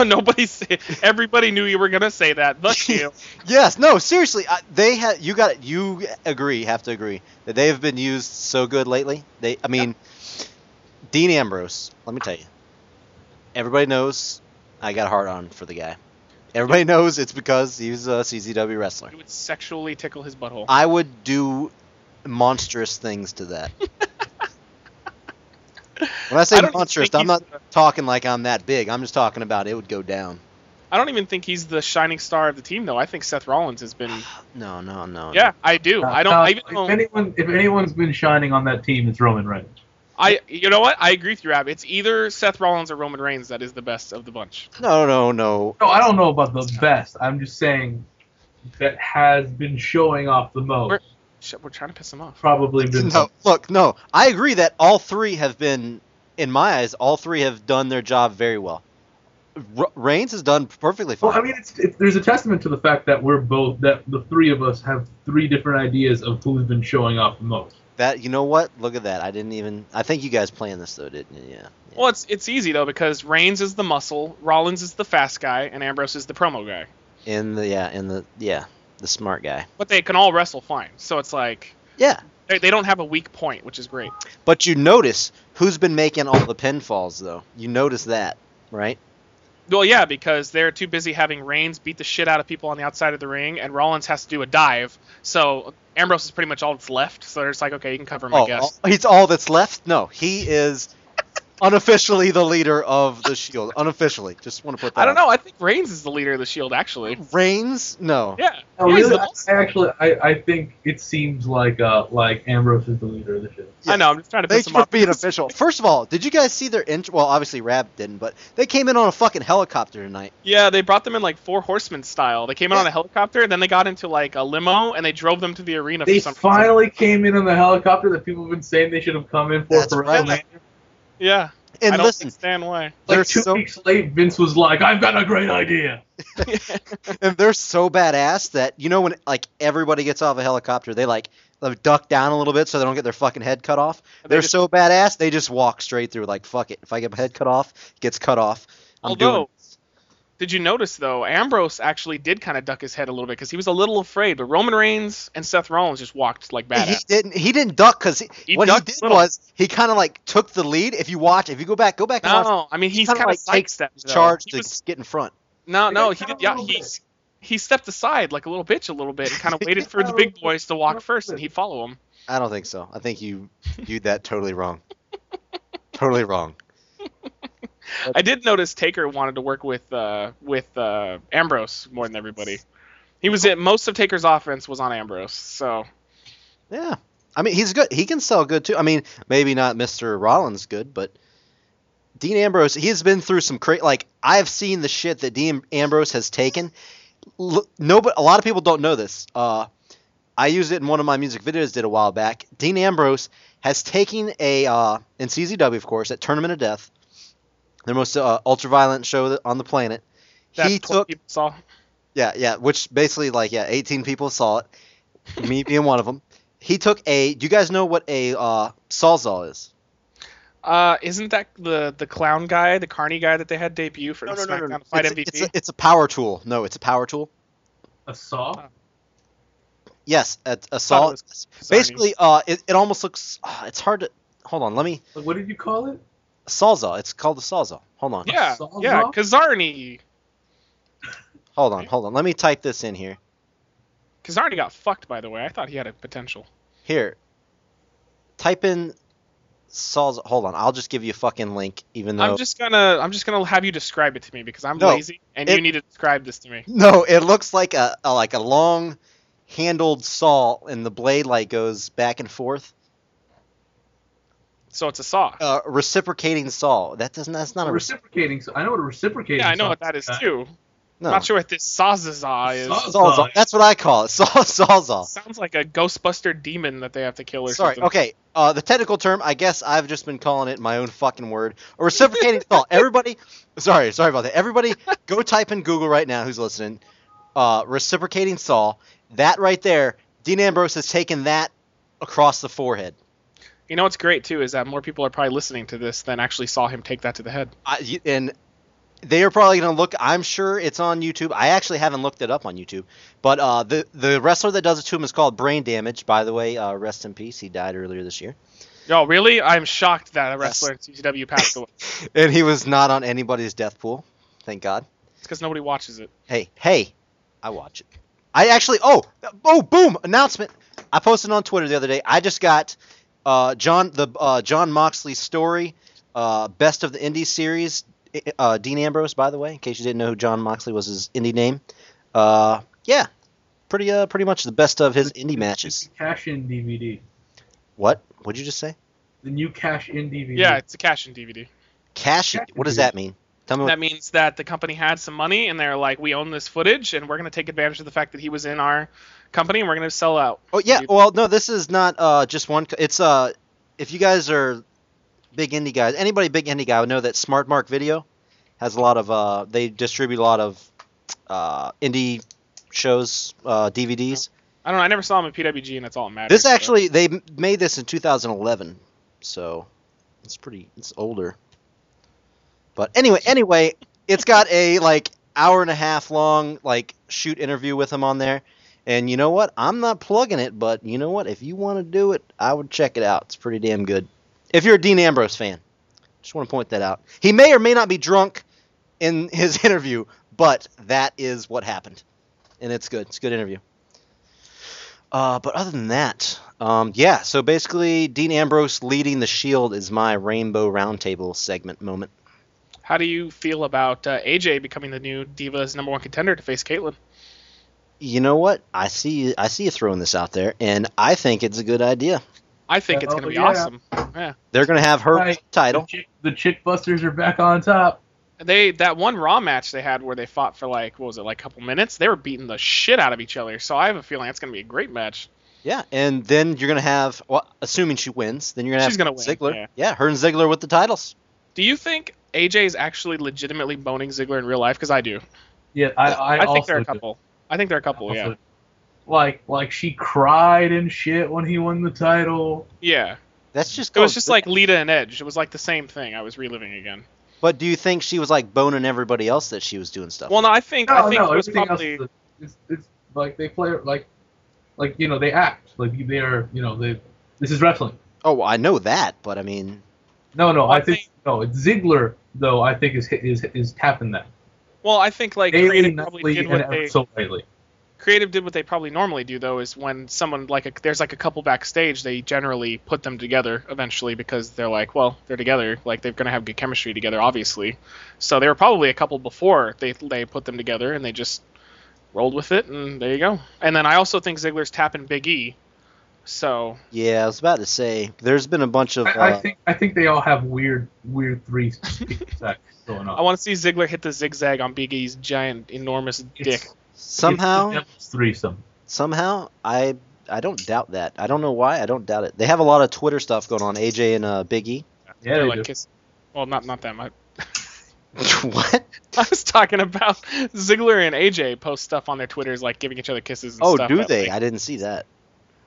Nobody, say, everybody knew you were gonna say that. The Shield. Yes, no, seriously. I, they ha you got you agree, have to agree that they have been used so good lately. They I mean Dean Ambrose, let me tell you. Everybody knows I got a hard on for the guy. Everybody knows it's because he's a CZW wrestler. You would sexually tickle his butthole. I would do monstrous things to that. when I say I don't even monstrous, think I'm not he's- talking like I'm that big. I'm just talking about it would go down. I don't even think he's the shining star of the team though. I think Seth Rollins has been. No, no, no. Yeah, I do. I don't. Uh, I even if though- anyone, if anyone's been shining on that team, it's Roman Reigns. I. You know what? I agree with you, Rab. It's either Seth Rollins or Roman Reigns that is the best of the bunch. No, no, no. No, I don't know about the best. I'm just saying that has been showing off the most. We're- Shit, we're trying to piss him off. Probably been. No, look, no. I agree that all three have been, in my eyes, all three have done their job very well. R- Reigns has done perfectly fine. Well, I mean, it's, it's there's a testament to the fact that we're both that the three of us have three different ideas of who's been showing off the most. that you know what? Look at that. I didn't even. I think you guys planned this though, didn't you? Yeah. yeah. Well, it's it's easy though because Reigns is the muscle, Rollins is the fast guy, and Ambrose is the promo guy. In the yeah, in the yeah, the smart guy. But they can all wrestle fine. So it's like Yeah. they, they don't have a weak point, which is great. But you notice who's been making all the pinfalls though. You notice that, right? Well, yeah, because they're too busy having Reigns beat the shit out of people on the outside of the ring, and Rollins has to do a dive. So Ambrose is pretty much all that's left. So they're just like, okay, you can cover him, I oh, guess. all- he's all that's left. No, he is unofficially the leader of the Shield. Unofficially, just want to put that. Oh. I don't out. know. I think Reigns is the leader of the Shield, actually. Reigns? No. Yeah. No, Yeah, he's really, the boss. I actually, I, I think it seems like uh like Ambrose is the leader of the show. I know. I'm just trying to Thank piss him you for off. being official. First of all, did you guys see their intro? Well, obviously Rab didn't, but they came in on a fucking helicopter tonight. Yeah, they brought them in like four horsemen style. They came in on a helicopter, and then they got into like a limo, and they drove them to the arena They for some reason. finally came in on the helicopter that people have been saying they should have come in for That's for right. WrestleMania. Yeah. I And don't listen, understand why. they're Like two so weeks late, Vince was like, "I've got a great idea." and they're so badass that you know when like everybody gets off a helicopter, they like they duck down a little bit so they don't get their fucking head cut off. They They're just- so badass they just walk straight through like fuck it. If I get my head cut off, it gets cut off. I'm doing Although, did you notice though, Ambrose actually did kind of duck his head a little bit because he was a little afraid. But Roman Reigns and Seth Rollins just walked like he badass. didn't. He didn't duck because He what he ducked did a little. was he kind of like took the lead. If you watch, if you go back, go back and watch, No, I mean he he's kinda, kind of like, like takes stepped though. charge He to was- get in front. no, no, Like, he I did. don't Yeah, know he this. he stepped aside like a little bitch a little bit and kind of waited for the big boys to walk first, and he'd follow him. I don't think so. I think you viewed that totally wrong. totally wrong. I did notice Taker wanted to work with uh with uh Ambrose more than everybody. He was in most of Taker's offense was on Ambrose, so Yeah. I mean, he's good. He can sell good too. I mean, maybe not Mr. Rollins good, but Dean Ambrose, he has been through some cra Like I've seen the shit that Dean Ambrose has taken. l- no, but a lot of people don't know this. Uh, I used it in one of my music videos did a while back. Dean Ambrose has taken a uh, in CZW, of course, at Tournament of Death, their most uh, ultra-violent show that- on the planet. That he poor took people saw. yeah, yeah, which basically like yeah, 18 people saw it, me being one of them. He took a. Do you guys know what a uh, sawzall is? Uh, isn't that the the clown guy, the carny guy that they had debut for the SmackDown Fight It's, MVP? it's a, it's a power tool. No, it's a power tool. A saw? Uh, Yes, a, a Thought saw. it was Sarny. Basically, uh, it, it almost looks. Uh, it's hard to. Hold on, let me. Like, what did you call it? Sawzall. It's called a sawzall. Hold on. yeah, Sawzall? yeah, Kazarni. Hold on. Hold on. Let me type this in here. Kazarni got fucked, by the way. I thought he had a potential. Here. Type in sawzall. Hold on. I'll just give you a fucking link, even though. I'm just gonna I'm just gonna have you describe it to me because I'm No, lazy and you it- need to describe this to me. No, it looks like a, a like a long handled saw, and the blade like goes back and forth. So it's a saw. Uh, reciprocating saw. That doesn't. That's not A a. Rec- reciprocating saw. I know what a reciprocating yeah, I know saw what that is Uh, too. no. Not sure what this sawzaza is. Saw- Sawzall. That's what I call it. Saw sawzall. Sounds like a Ghostbuster demon that they have to kill or Sorry. something. Okay. Uh, the technical term, I guess I've just been calling it my own fucking word. A reciprocating saw. Everybody, sorry, sorry about that. Everybody, go type in Google right now. Who's listening? Uh, reciprocating saw. That right there. Dean Ambrose has taken that across the forehead. You know what's great too is that more people are probably listening to this than actually saw him take that to the head. I y and they are probably going to look. I'm sure it's on YouTube. I actually haven't looked it up on YouTube. But uh, the the wrestler that does it to him is called Brain Damage. By the way, uh, rest in peace. He died earlier this year. No, really? I'm shocked that a Yes. wrestler in CCW passed away. And he was not on anybody's death pool. Thank God. It's because nobody watches it. Hey, hey, I watch it. I actually, oh, oh, boom, announcement. I posted on Twitter the other day. I just got uh, John the uh, John Moxley story, uh, best of the indie series. i- Uh, Dean Ambrose, by the way, in case you didn't know who John Moxley was, his indie name. Uh, yeah, pretty uh, pretty much the best of his indie matches. It's a cash in DVD. What? What'd you just say? The new cash in DVD. Yeah, it's a cash in DVD. Cash. What does that mean? Tell me. What, That means that the company had some money and they're like, we own this footage and we're going to take advantage of the fact that he was in our company and we're going to sell out. Oh yeah, well no, this is not uh, just one. co- It's uh, if you guys are big indie guys, anybody big indie guy would know that Smart Mark Video has a lot of uh, they distribute a lot of uh, indie shows, uh, DVDs. I don't know. I never saw him in PWG and that's all it matters. This but- actually they m- made this in 2011, so it's pretty it's older. But anyway, anyway, it's got a like hour and a half long like shoot interview with him on there. And you know what? I'm not plugging it, but you know what? If you want to do it, I would check it out. It's pretty damn good. If you're a Dean Ambrose fan, just want to point that out. He may or may not be drunk in his interview, but that is what happened, and it's good. It's a good interview. Uh, but other than that, um, yeah. So basically, Dean Ambrose leading the Shield is my Rainbow Roundtable segment moment. How do you feel about uh, AJ becoming the new Divas number one contender to face Caitlyn? You know what? I see. I see you throwing this out there, and I think it's a good idea. I think it's Oh, going to be yeah. awesome. Yeah. They're gonna have her Right. The title. chick, the chick busters are back on top. They that one Raw match they had where they fought for like what was it like a couple minutes? They were beating the shit out of each other. So I have a feeling it's going to be a great match. Yeah, and then you're gonna have, well, assuming she wins, then you're gonna She's have gonna win, Ziggler. yeah. her and Ziggler with the titles. Do you think AJ is actually legitimately boning Ziggler in real life? Because I do. Yeah, I, I, I, think also they're a do. couple. I think they're a couple. Yeah. Also, Like, like she cried and shit when he won the title. Yeah. That's just. It Oh, called was just Zig- like Lita and Edge. It was like the same thing. I was reliving again. But do you think she was like boning everybody else that she was doing stuff? Well, no, I think I Oh. No, think no, it was everything probably else. Is, it's, it's like they play like, like you know they act like they are you know they. This is wrestling. oh, well, I know that, but I mean, No, no, Well, I think they- no. It's Ziggler though. I think is is is tapping that. well, I think like Daily, creative probably nightly, did and what they ever so lately. creative did what they probably normally do though is when someone like a, there's like a couple backstage they generally put them together eventually because they're like well they're together like they're gonna have good chemistry together obviously so they were probably a couple before they they put them together and they just rolled with it and there you go and then I also think Ziggler's tapping Big E so yeah, I was about to say there's been a bunch of. I, I uh, think I think they all have weird weird three sacks going I on. want to see Ziggler hit the zigzag on Big E's giant enormous dick It's Somehow, It's the Devil's threesome. somehow, I I don't doubt that. I don't know why. I don't doubt it. They have a lot of Twitter stuff going on. AJ and uh, Big E. Yeah, They're they like do. kiss- Well, not not them. I, what? I was talking about Ziggler and AJ post stuff on their Twitters like giving each other kisses and Oh, stuff. do that, they? like- I didn't see that.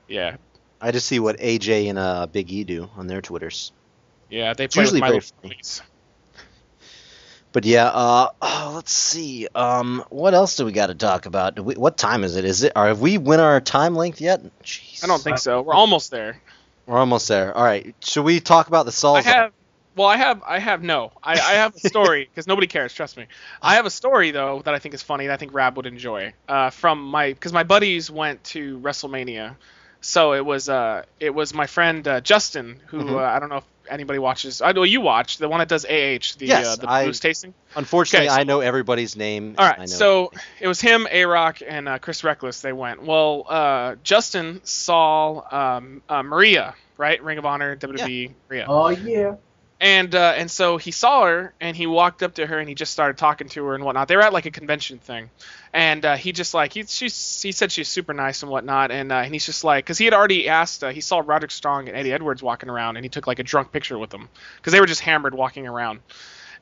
yeah, I just see what AJ and uh, Big E do on their Twitters. yeah. They play with usually my little very funny. ponies. But yeah, uh, oh, let's see. Um, what else do we got to talk about? Do we, what time is it? Is it? Are have we win our time length yet? Jeez. I don't think so. We're almost there. we're almost there. All right. Should we talk about the Saul? I have. Well, I have. I have no. I, I have a story because nobody cares. Trust me. I have a story though that I think is funny that I think Rab would enjoy. Uh, from my because my buddies went to WrestleMania, so it was uh it was my friend uh, Justin who Mhm. uh, I don't know if anybody watches. I know you watch the one that does AH the Yes, uh, the I- booze tasting. Unfortunately, Okay, so- I know everybody's name. All I know right, so it was him, A Rock, and uh, Chris Reckless. They went. Well, uh, Justin saw um, uh, Maria, right? Ring of Honor, WWE Maria, Oh yeah. and uh, and so he saw her, and he walked up to her, and he just started talking to her and whatnot. They were at like a convention thing, and uh, he just like he she's he said she's super nice and whatnot, and uh, and he's just like because he had already asked. Uh, he saw Roderick Strong and Eddie Edwards walking around, and he took like a drunk picture with them because they were just hammered walking around.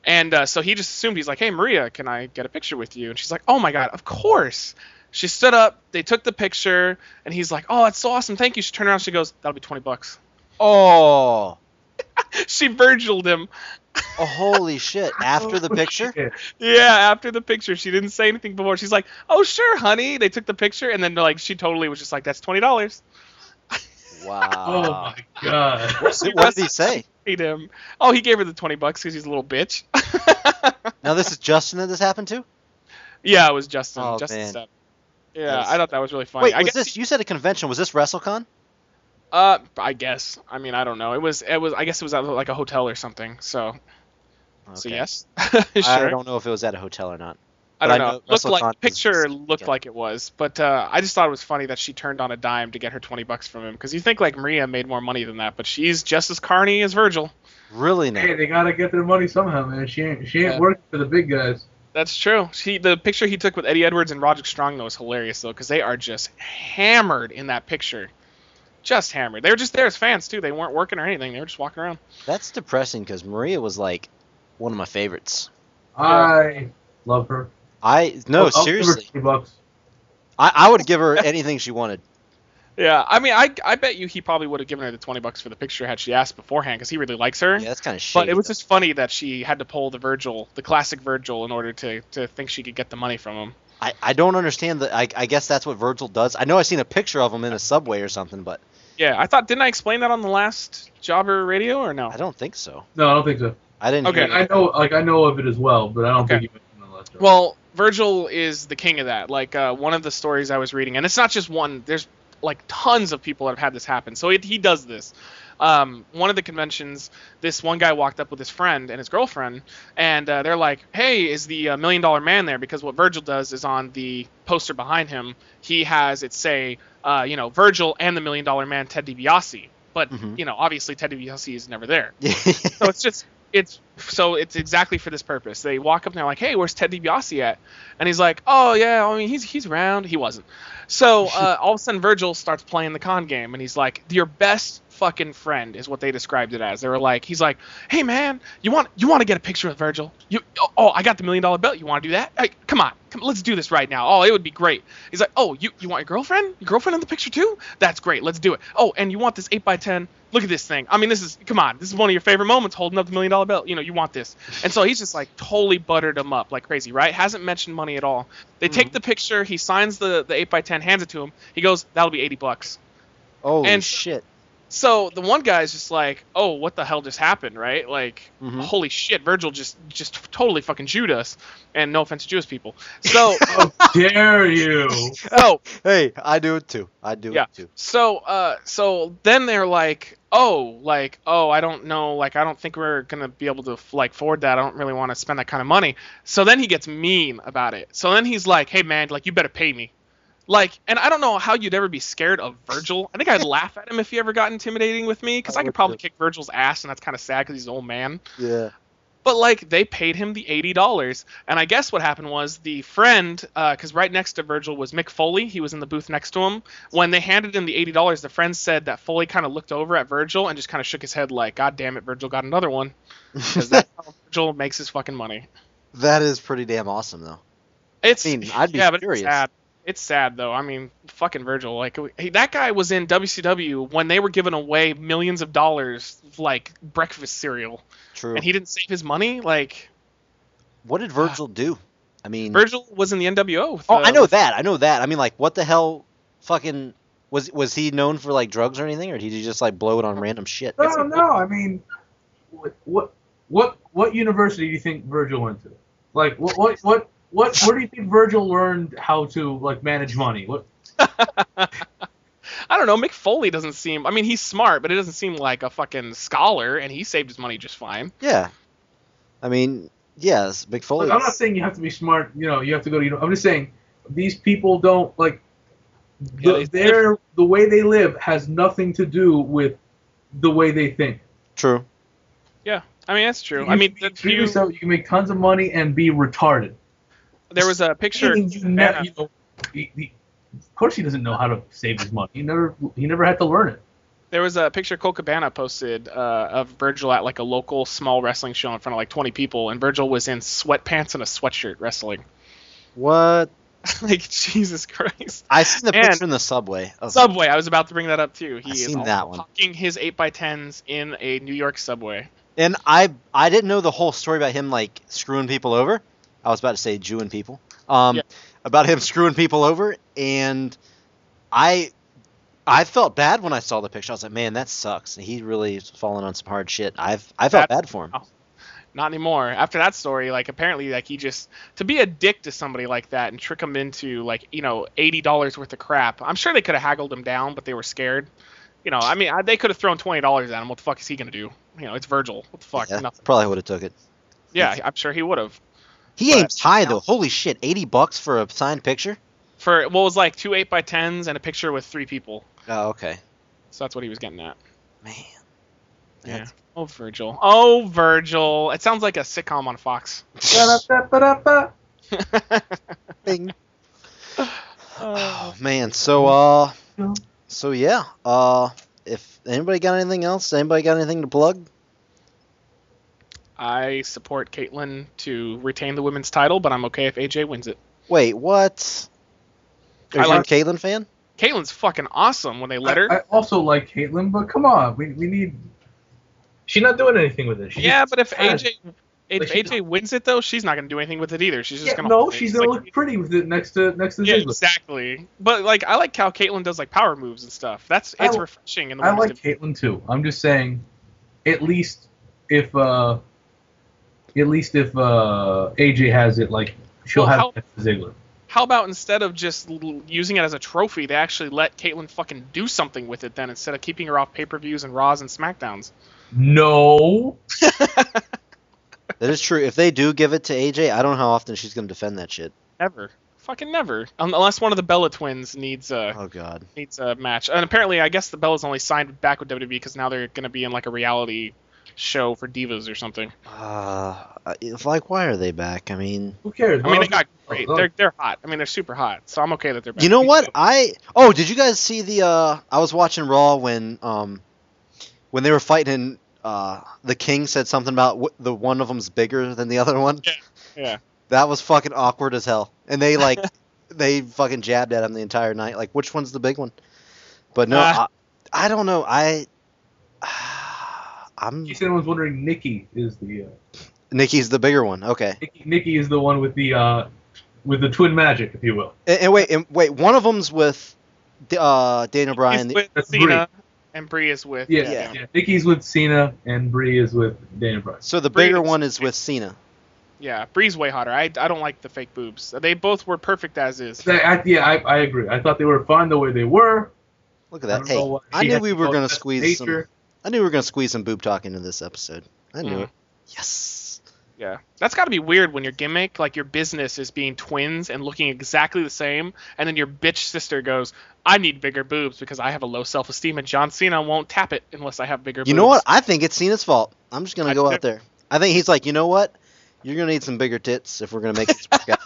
And uh, so he just assumed he's like, "Hey Maria, can I get a picture with you?" And she's like, "Oh my god, of course." She stood up, they took the picture, and he's like, "Oh, that's so awesome, thank you." She turned around, she goes, "That'll be twenty bucks." Oh, she Virgiled him. oh, holy shit! After the picture, Yeah. Yeah, after the picture, she didn't say anything before. She's like, "Oh sure, honey." They took the picture, and then like she totally was just like, "That's twenty dollars." Oh wow. my god. what did he say? Paid him. Oh, he gave her the twenty bucks because he's a little bitch. Now this is Justin that this happened to. yeah, it was Justin. Oh, Justin man. Step. Yeah, That is- I thought that was really funny. Wait, I was guess this? You said a convention. Was this WrestleCon? Uh, I guess. I mean, I don't know. It was. It was. I guess it was at like a hotel or something. So, so Okay. yes. I sure. don't know if it was at a hotel or not. I but I don't know. know It looked like WrestleCon is- picture looked yeah. like it was, but uh, I just thought it was funny that she turned on a dime to get her twenty bucks from him. Because you think like Maria made more money than that, but she's just as carny as Virgil. Really? Hey, No. they gotta get their money somehow, man. She ain't she ain't Yeah. working for the big guys. That's true. She the picture he took with Eddie Edwards and Roderick Strong though was hilarious though because they are just hammered in that picture, just hammered. They were just there as fans too. They weren't working or anything. They were just walking around. That's depressing because Maria was like one of my favorites. I love her. I no I'll- Oh, I'll give her seriously. 20 bucks. I, I would give her anything she wanted. Yeah, I mean, I I bet you he probably would have given her the twenty bucks for the picture had she asked beforehand because he really likes her. Yeah, that's kind of shit. But it was just funny that she had to pull the Virgil, the classic Virgil, in order to, to think she could get the money from him. I, I don't understand the. I, I guess that's what Virgil does. I know I seen a picture of him in a subway or something, but Yeah, I thought didn't I explain that on the last Jobber Radio or no? I don't think so. No, I don't think so. I didn't. Okay, hear I it. know, like I know of it as well, but I don't Okay. think you mentioned it last time. Well, Virgil is the king of that. Like uh, one of the stories I was reading, and it's not just one. There's like tons of people that have had this happen. So it, he does this. Um, one of the conventions, this one guy walked up with his friend and his girlfriend, and uh, they're like, "Hey, is the uh, Million Dollar Man there?" Because what Virgil does is on the poster behind him, he has it say, uh, you know, Virgil and the Million Dollar Man, Ted DiBiase. But Mhm. you know, obviously Ted DiBiase is never there so it's just it's so it's exactly for this purpose. They walk up and they're like, "Hey, where's Ted DiBiase at?" And he's like, "Oh yeah, I mean he's he's around. He wasn't." So uh, all of a sudden, Virgil starts playing the con game, and he's like, "Your best fucking friend" is what they described it as. They were like, "He's like, hey man, you want you want to get a picture with Virgil? You oh, oh, I got the million dollar belt. You want to do that? Hey, come on, come, let's do this right now. Oh, it would be great." He's like, "Oh, you you want your girlfriend? Your girlfriend in the picture too? That's great. Let's do it. Oh, and you want this eight by ten? Look at this thing. I mean, this is come on, this is one of your favorite moments, holding up the million dollar belt. You know, you want this." And so he's just like totally buttered him up like crazy, right? Hasn't mentioned money at all. They take the picture. He signs the the eight by ten, hands it to him. He goes, "That'll be eighty bucks." Holy and- shit! So the one guy's just like, "Oh, what the hell just happened?" Right? Like, Mhm. holy shit, Virgil just just totally fucking Jewed us. And no offense to Jewish people. So How dare you? oh, Hey, I do it too. I do Yeah. it too. so uh, so then they're like, "Oh, like, oh, I don't know, like, I don't think we're gonna be able to like afford that. I don't really want to spend that kind of money." So then he gets mean about it. So then he's like, "Hey man, like, you better pay me." Like, and I don't know how you'd ever be scared of Virgil. I think I'd laugh at him if he ever got intimidating with me, because I I could would probably too. kick Virgil's ass, and that's kind of sad because he's an old man. Yeah. But like they paid him the eighty dollars, and I guess what happened was the friend, because right next to Virgil was Mick Foley. He was in the booth next to him. When they handed him the eighty dollars, the friend said that Foley kind of looked over at Virgil and just kind of shook his head like, "God damn it, Virgil got another one." Because that's how Virgil makes his fucking money. That is pretty damn awesome, though. It's I mean, I'd be yeah, but furious. it's sad. It's sad though. I mean, fucking Virgil. Like he, that guy was in WCW when they were giving away millions of dollars like breakfast cereal, True. and he didn't save his money. Like what did Virgil do? I mean, Virgil was in the NWO. with, Mm. oh, uh, I know that. I know that. I mean, like, what the hell? Fucking was was he known for like drugs or anything, or did he just like blow it on random shit? No, no. I mean, what, what, what, what university do you think Virgil went to? Like, what, what, what, what, where do you think Virgil learned how to like manage money? What? I don't know. Mick Foley doesn't seem. I mean, he's smart, but it doesn't seem like a fucking scholar, and he saved his money just fine. Yeah. I mean, yes, Big Foley. Look, I'm not saying you have to be smart. You know, you have to go to. You know, I'm just saying these people don't like. Yeah, The, they- their the way they live has nothing to do with the way they think. True. Yeah, I mean that's true. You I mean, can be that's true you, yourself, you can make tons of money and be retarded. there was a picture. Meaning you never, you know, he- he- of course, he doesn't know how to save his money. He never, he never had to learn it. There was a picture Cole Cabana posted uh, of Virgil at like a local small wrestling show in front of like 20 people, and Virgil was in sweatpants and a sweatshirt wrestling. What? like Jesus Christ. I seen the And- picture in the subway. Of, Subway. I was about to bring that up too. He I is seen all that one. hawking his eight x tens in a New York subway. And I I didn't know the whole story about him like screwing people over. I was about to say Jewing people. Um, Yeah. about him screwing people over, and I I felt bad when I saw the picture. I was like, man, that sucks. He really is falling on some hard shit. I've I felt That's- bad for him. Not anymore. After that story, like apparently, like he just to be a dick to somebody like that and trick him into like you know eighty dollars worth of crap. I'm sure they could have haggled him down, but they were scared. You know, I mean, I, they could have thrown twenty dollars at him. What the fuck is he gonna do? You know, it's Virgil. What the fuck? Yeah, Nothing. probably would have took it. Yeah, I'm sure he would have. He But- aims high though. Holy shit, eighty bucks for a signed picture. For what was like two eight by tens and a picture with three people. Oh, okay, So that's what he was getting at. man. Yeah. That's- Oh Virgil. Oh Virgil. It sounds like a sitcom on Fox. Ba-da-ba-ba-ba. Bing. Oh man, so uh, so yeah, uh, if anybody got anything else, anybody got anything to plug? I support Caitlyn to retain the women's title, but I'm okay if AJ wins it. Wait, what? Are I you like- a Caitlyn fan? Caitlyn's fucking awesome when they let her. I, I also like Caitlyn, but come on, we, we need. She's not doing anything with it. She's yeah, but if Yeah. AJ if Like, she- AJ wins it though, she's not gonna do anything with it either. She's just Yeah, gonna no, hold it. she's gonna Like, look pretty with it next to next to Yeah, Ziggler. exactly. But like, I like how Caitlyn does like power moves and stuff. That's I it's li- refreshing in the I women's like division. Caitlyn too. I'm just saying, at least if uh, at least if uh, AJ has it, like she'll Well, have how- it next to Ziggler. How about instead of just l- using it as a trophy, they actually let Caitlyn fucking do something with it then instead of keeping her off pay per views and Raws and SmackDowns. No, That is true. If they do give it to AJ, I don't know how often she's gonna defend that shit. Never. Fucking never. Un- Unless one of the Bella twins needs uh, a Oh god. needs a match. And apparently, I guess the Bellas only signed back with WWE because now they're gonna be in like a reality show for divas or something. Uh, if like, why are they back? I mean, who cares? I mean, Why they don't- got great. oh, oh. They're they're hot. I mean, they're super hot. So I'm okay that they're back. you know what? I oh, did you guys see the? uh I was watching Raw when um when they were fighting. And, uh, the king said something about w- the one of them's bigger than the other one. Yeah, yeah. That was fucking awkward as hell. And they like they fucking jabbed at him the entire night. Like, which one's the big one? But no, Uh. I, I don't know. I I'm In case anyone's wondering, Nikki is the uh, Nikki's the bigger one. Okay. Nikki, Nikki is the one with the uh, with the twin magic, if you will. And, and wait, and wait, one of them's with uh, Daniel Bryan. Brian, The- with That's Cena, and Bree is with. Yeah, Yeah. yeah. Nikki's with Cena and Brie is with Daniel Bryan. so the Bree bigger is- one is with Cena. Yeah, Bree's way hotter. I, I don't like the fake boobs. They both were perfect as is. So, I, yeah, I, I agree. I thought they were fine the way they were. Look at that. I don't Hey, know why I she knew had we to were go gonna against squeeze some. nature. I knew we were gonna squeeze some boob talk into this episode. I knew Hmm. Mm. it. Yes. Yeah, that's got to be weird when your gimmick, like your business, is being twins and looking exactly the same, and then your bitch sister goes, "I need bigger boobs because I have a low self-esteem, and John Cena won't tap it unless I have bigger." You boobs. know what? I think it's Cena's fault. I'm just gonna I go do. out there. I think he's like, you know what? You're gonna need some bigger tits if we're gonna make this work out.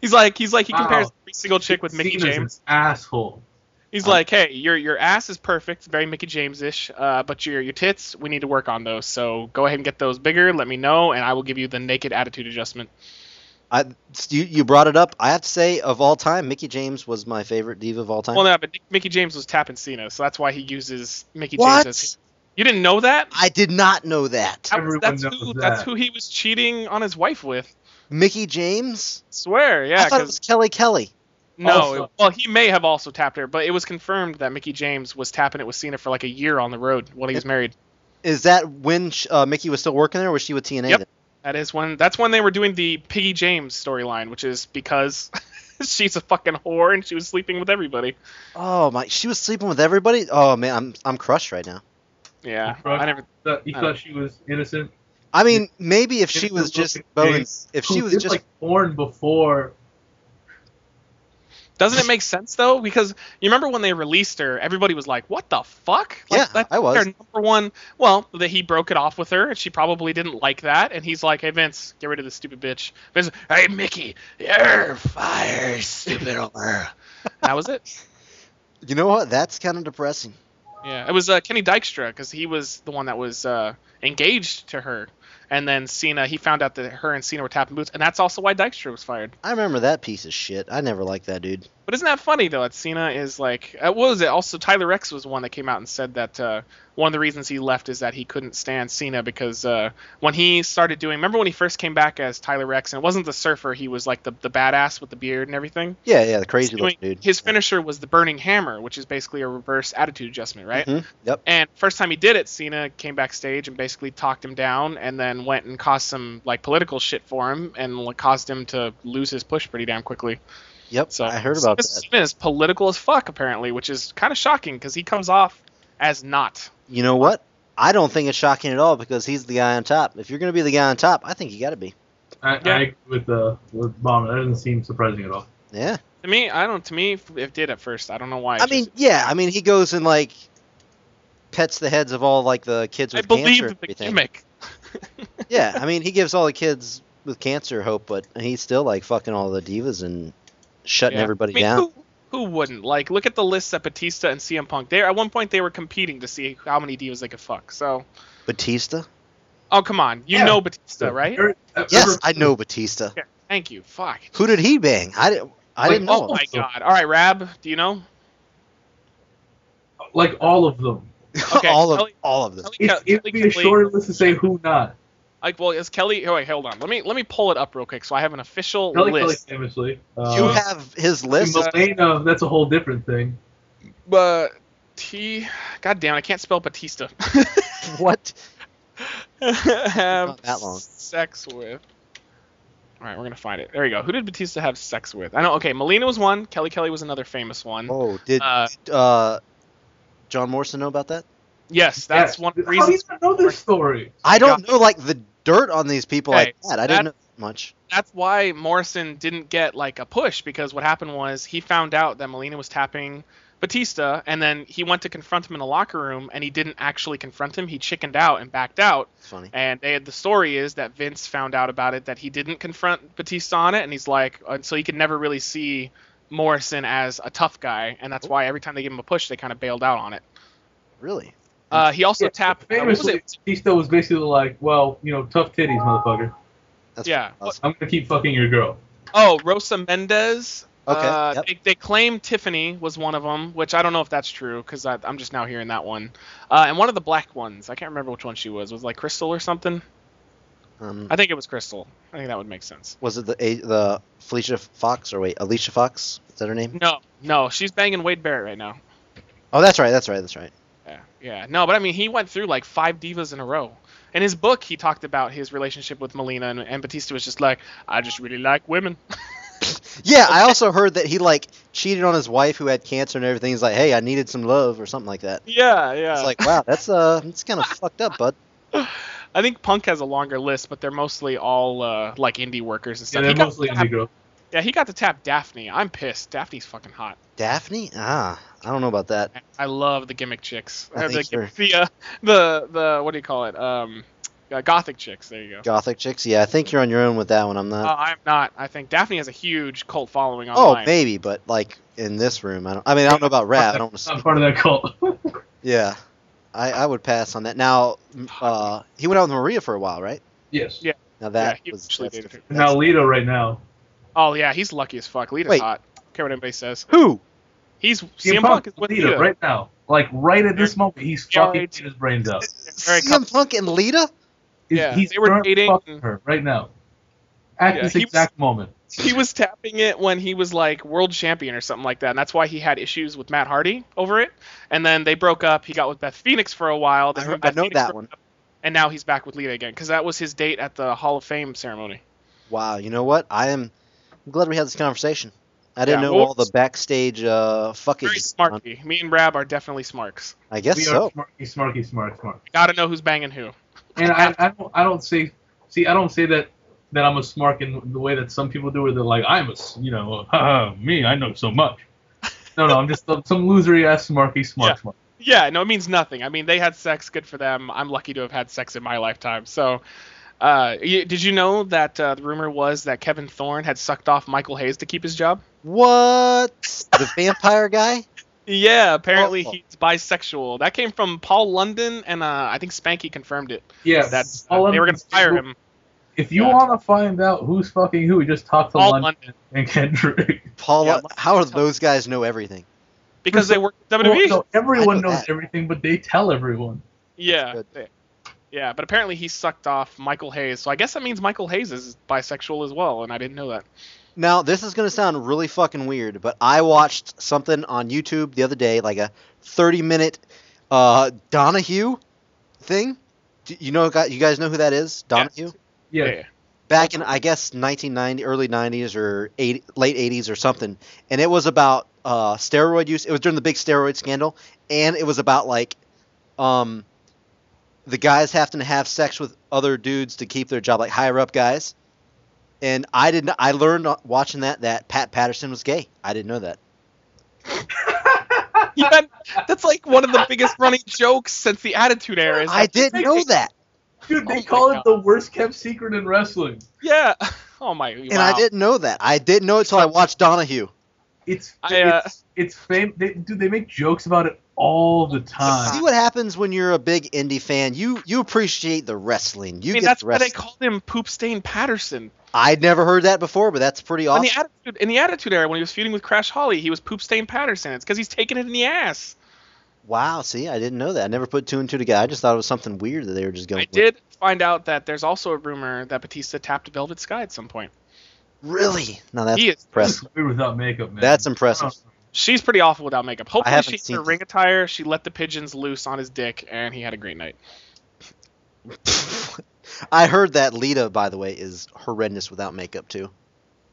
He's like he's like he Wow. compares every single chick with Mickey Cena's James. an asshole. He's like, hey, your your ass is perfect, very Mickey James ish, uh, but your your tits, we need to work on those. So go ahead and get those bigger. Let me know, and I will give you the naked attitude adjustment. I, you, you brought it up. I have to say, of all time, Mickey James was my favorite diva of all time. Well, no, but Mickey James was tapping Cena, so that's why he uses Mickey what? James. As, you didn't know that? I did not know that. That was- Everyone that's knows who that. that's who he was cheating on his wife with. Mickey James? swear, I yeah, thought it because was Kelly Kelly. No, Also- it- well, he may have also tapped her, but it was confirmed that Mickey James was tapping it with Cena for like a year on the road while he was married. Is that when sh- uh, Mickey was still working there, or was she with TNA? Yep. then? That is when that's when they were doing the Piggy James storyline, which is because she's a fucking whore and she was sleeping with everybody. Oh my, she was sleeping with everybody. Oh man, I'm I'm crushed right now. Yeah, Right. I never. Thought- You I thought she was innocent. I mean, maybe if she Innocent was just looking Bowen's, face, if who she was did, just like porn before. Doesn't it make sense though? Because you remember when they released her, everybody was like, "What the fuck?" Like, Yeah, I was. Their number one. Well, that he broke it off with her, and she probably didn't like that. And he's like, "Hey Vince, get rid of this stupid bitch." Vince, "Hey Mickey, you're fired, stupid." old girl." that was it. You know what? That's kind of depressing. Yeah, it was uh, Kenny Dykstra because he was the one that was uh, engaged to her, and then Cena. He found out that her and Cena were tapping boots, and that's also why Dykstra was fired. I remember that piece of shit. I never liked that dude. But isn't that funny though? That Cena is like, uh, what was it? Also, Tyler Rex was one that came out and said that uh, one of the reasons he left is that he couldn't stand Cena because uh, when he started doing, remember when he first came back as Tyler Rex, and it wasn't the surfer, he was like the the badass with the beard and everything. Yeah, yeah, the crazy Doing- looking dude. His finisher was the burning hammer, which is basically a reverse attitude adjustment, right? Mhm, Yep. And first time he did it, Cena came backstage and basically talked him down, and then went and caused some like political shit for him, and like, caused him to lose his push pretty damn quickly. Yep. So I heard about Cena's- that. Cena is political as fuck apparently, which is kind of shocking because he comes off as not. You know what? I don't think it's shocking at all because he's the guy on top. If you're going to be the guy on top, I think you got to be. I, Yeah. I agree with uh, with Bomber. That doesn't seem surprising at all. Yeah. To me, I don't. To me, it did at first. I don't know why. I It's mean, just- yeah. I mean, he goes and like pets the heads of all like the kids I with cancer believe and the everything. gimmick. yeah. I mean, he gives all the kids with cancer hope, but he's still like fucking all the divas and shutting Yeah. everybody I mean, down. Who, who wouldn't? Like, look at the list that Batista and CM Punk. They at one point they were competing to see how many divas they could fuck. So, Batista. oh come on, you Yeah. know Batista, right? Eric- uh, Yes, remember- I know Batista. Yeah. Thank you. Fuck. Who did he bang? I didn't. I Like, didn't know. Oh my him. god. All right, Rab. Do you know? Like all of them. okay, all of Kelly- all of them. Kelly- It's, Kelly it'd be a Kelly- shorter list to say who not. Like, well, is Kelly? Oh wait, hold on. Let me let me pull it up real quick so I have an official Kelly Kelly list. famously. Uh, you have his list. Milena, that's a whole different thing. But T. God damn, I can't spell Batista. What? have Not that long. sex with. All right, we're gonna find it. There you go. Who did Batista have sex with? I know. Okay, Melina was one. Kelly Kelly was another famous one. Oh, did Uh, uh, John Morrison know about that? yes, that's Yeah. one of the How do you reasons. not know this story? I don't know like the dirt on these people Okay, like that. I didn't know that much. that's why Morrison didn't get like a push because what happened was he found out that Molina was tapping Batista and then he went to confront him in the locker room and he didn't actually confront him. He chickened out and backed out. It's funny. And they had, the story is that Vince found out about it that he didn't confront Batista on it and he's like and so he could never really see Morrison as a tough guy and that's why every time they gave him a push they kind of bailed out on it. Really? Uh, he also Yeah, tapped uh, what was Famously, it? Batista was basically like, well, you know, tough titties, motherfucker. That's Yeah. awesome. I'm gonna keep fucking your girl. Oh, Rosa Mendez. Okay, Uh, yep. they, they claim Tiffany was one of them, which I don't know if that's true because I'm just now hearing that one. Uh, and one of the black ones, I can't remember which one she was. Was it like Crystal or something? Um, I think it was Crystal. I think that would make sense. was it the a- the Felicia Fox or wait Alicia Fox? Is that her name? No, no, she's banging Wade Barrett right now. Mm-hmm. Oh, that's right. That's right. That's right. Yeah, yeah. No, but I mean, he went through like five divas in a row. In his book, he talked about his relationship with Melina, and, and Batista was just like, I just really like women. Yeah, I also heard that he like cheated on his wife who had cancer and everything. He's like, hey, I needed some love or something like that. yeah, yeah. It's like, wow, that's uh, that's kind of fucked up, bud. I think Punk has a longer list, but they're mostly all uh, like indie workers and Yeah, stuff. they're He got- mostly indie girls. Yeah, he got to tap Daphne. I'm pissed. Daphne's fucking hot. Daphne? Ah, I don't know about that. I love the gimmick chicks. I Uh, the, think gimmick- the, uh, the the what do you call it? Um, uh, Gothic chicks. There you go. Gothic chicks. Yeah, I think you're on your own with that one. I'm not. Uh, I'm not. I think Daphne has a huge cult following oh, online. maybe, but like in this room, I don't. I mean, I don't know about rap. I don't. I'm part of that cult. Yeah, I, I would pass on that. Now, m- uh, he went out with Maria for a while, right? yes. Yeah. Now that Yeah, he was actually that's dated different. And now Lito right now. Oh yeah, he's lucky as fuck. Lita's Wait. hot. Care what anybody says. Who? He's CM, CM Punk is with Lita Lita. right now. Like right at this moment, he's fucking Yeah. his brains out. Very CM Punk and Lita? He's- Yeah, he's they were currently dating- fucking her right now. At Yeah, this he was- exact moment. He was tapping it when he was like world champion or something like that, and that's why he had issues with Matt Hardy over it. And then they broke up. He got with Beth Phoenix for a while. Then I heard- Beth I know Phoenix that broke one. up, and now he's back with Lita again because that was his date at the Hall of Fame ceremony. Wow. You know what? I am I'm glad we had this conversation. I didn't Yeah, know well, all the backstage uh, fuckage. Very smarky. Me and Rab are definitely smarks. I guess we so. are smarky, smarky, smart, smart. We gotta know who's banging who. And I, I don't, I don't say, see, I don't say that that I'm a smark in the way that some people do, where they're like, I'm a, s- you know, haha, me, I know so much. No, no, I'm just some losery ass smarky, smart, Yeah. smart. Yeah, no, it means nothing. I mean, they had sex. Good for them. I'm lucky to have had sex in my lifetime. So, uh, y did you know that uh, the rumor was that Kevin Thorne had sucked off Michael Hayes to keep his job? What? The vampire guy? Yeah, apparently Oh. he's bisexual. That came from Paul London, and uh, I think Spanky confirmed it. Yeah, That all uh, I'm- they were gonna fire him. If you Yeah. want to find out who's fucking who, just talk to Paul London, London. and Kendrick. Paul, Yeah, how are those guys know everything? because they work at WWE. Well, no, everyone I know knows that. everything, but they tell everyone. yeah, Good. they- yeah, but apparently he sucked off Michael Hayes. So I guess that means Michael Hayes is bisexual as well, and I didn't know that. Now, this is going to sound really fucking weird, but I watched something on YouTube the other day, like a 30 minute uh, Donahue thing. Do you know, you guys know who that is? Donahue? Yeah, yeah. back in I guess 1990, early 90s or 80, late 80s or something, and it was about uh, steroid use. It was during the big steroid scandal, and it was about like um, the guys having to have sex with other dudes to keep their job, like higher up guys. And I didn't. I learned uh, watching that that Pat Patterson was gay. I didn't know that. yeah, that's like one of the biggest running jokes since the Attitude Era. Is I that- didn't know that, dude, they Oh my call it God. the worst kept secret in wrestling. Yeah. Oh my. and I didn't know that. I didn't know it until I watched Donahue. It's I, uh, it's, it's fame. They, dude, they make jokes about it all the See time. what happens when you're a big indie fan. You you appreciate the wrestling. You I mean, get that's the why wrestling. they called him Poop Stain Patterson. I'd never heard that before, but that's pretty In awesome. the attitude, in the attitude era, when he was feuding with Crash Holly, he was Poop Stain Patterson. It's because he's taking it in the ass. wow, see, I didn't know that. I never put two and two together. I just thought it was something weird that they were just going. I with. did find out that there's also a rumor that Batista tapped Velvet Sky at some point. Really? No, that's He is- impressive. Weird without makeup, man. That's impressive. She's pretty awful without makeup. Hopefully, haven't she in seen her this. ring attire. She let the pigeons loose on his dick, and he had a great night. I heard that Lita, by the way, is horrendous without makeup too.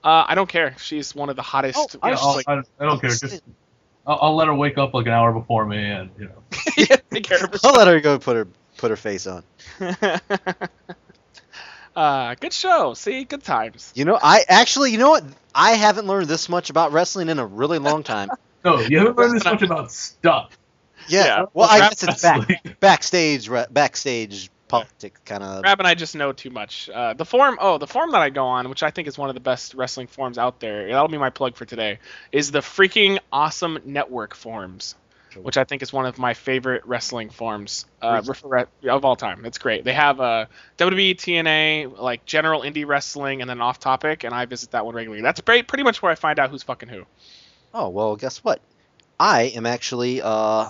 Uh, I don't care. She's one of the hottest. Oh, I Yeah, you was know, I'll, just I, don't- I don't care. Just I'll, I'll let her wake up like an hour before me, and you know. take care of I'll let her go put her put her face on. herself. uh, good show. See, good times. You know, I actually, you know what? I haven't learned this much about wrestling in a really long time. No, you haven't learned this much about stuff. Yeah. Yeah. Well, I Rap- guess it's back, backstage re- backstage politics kind of. Rab and I just know too much. Uh, the form, oh, the form that I go on, which I think is one of the best wrestling forms out there. That'll be my plug for today. Is the freaking awesome network forms, which I think is one of my favorite wrestling forms uh, refer- of all time. It's great. They have uh, WWE, TNA, like general indie wrestling, and then off topic, and I visit that one regularly. That's pretty pretty much where I find out who's fucking who. Oh well, guess what? I am actually uh,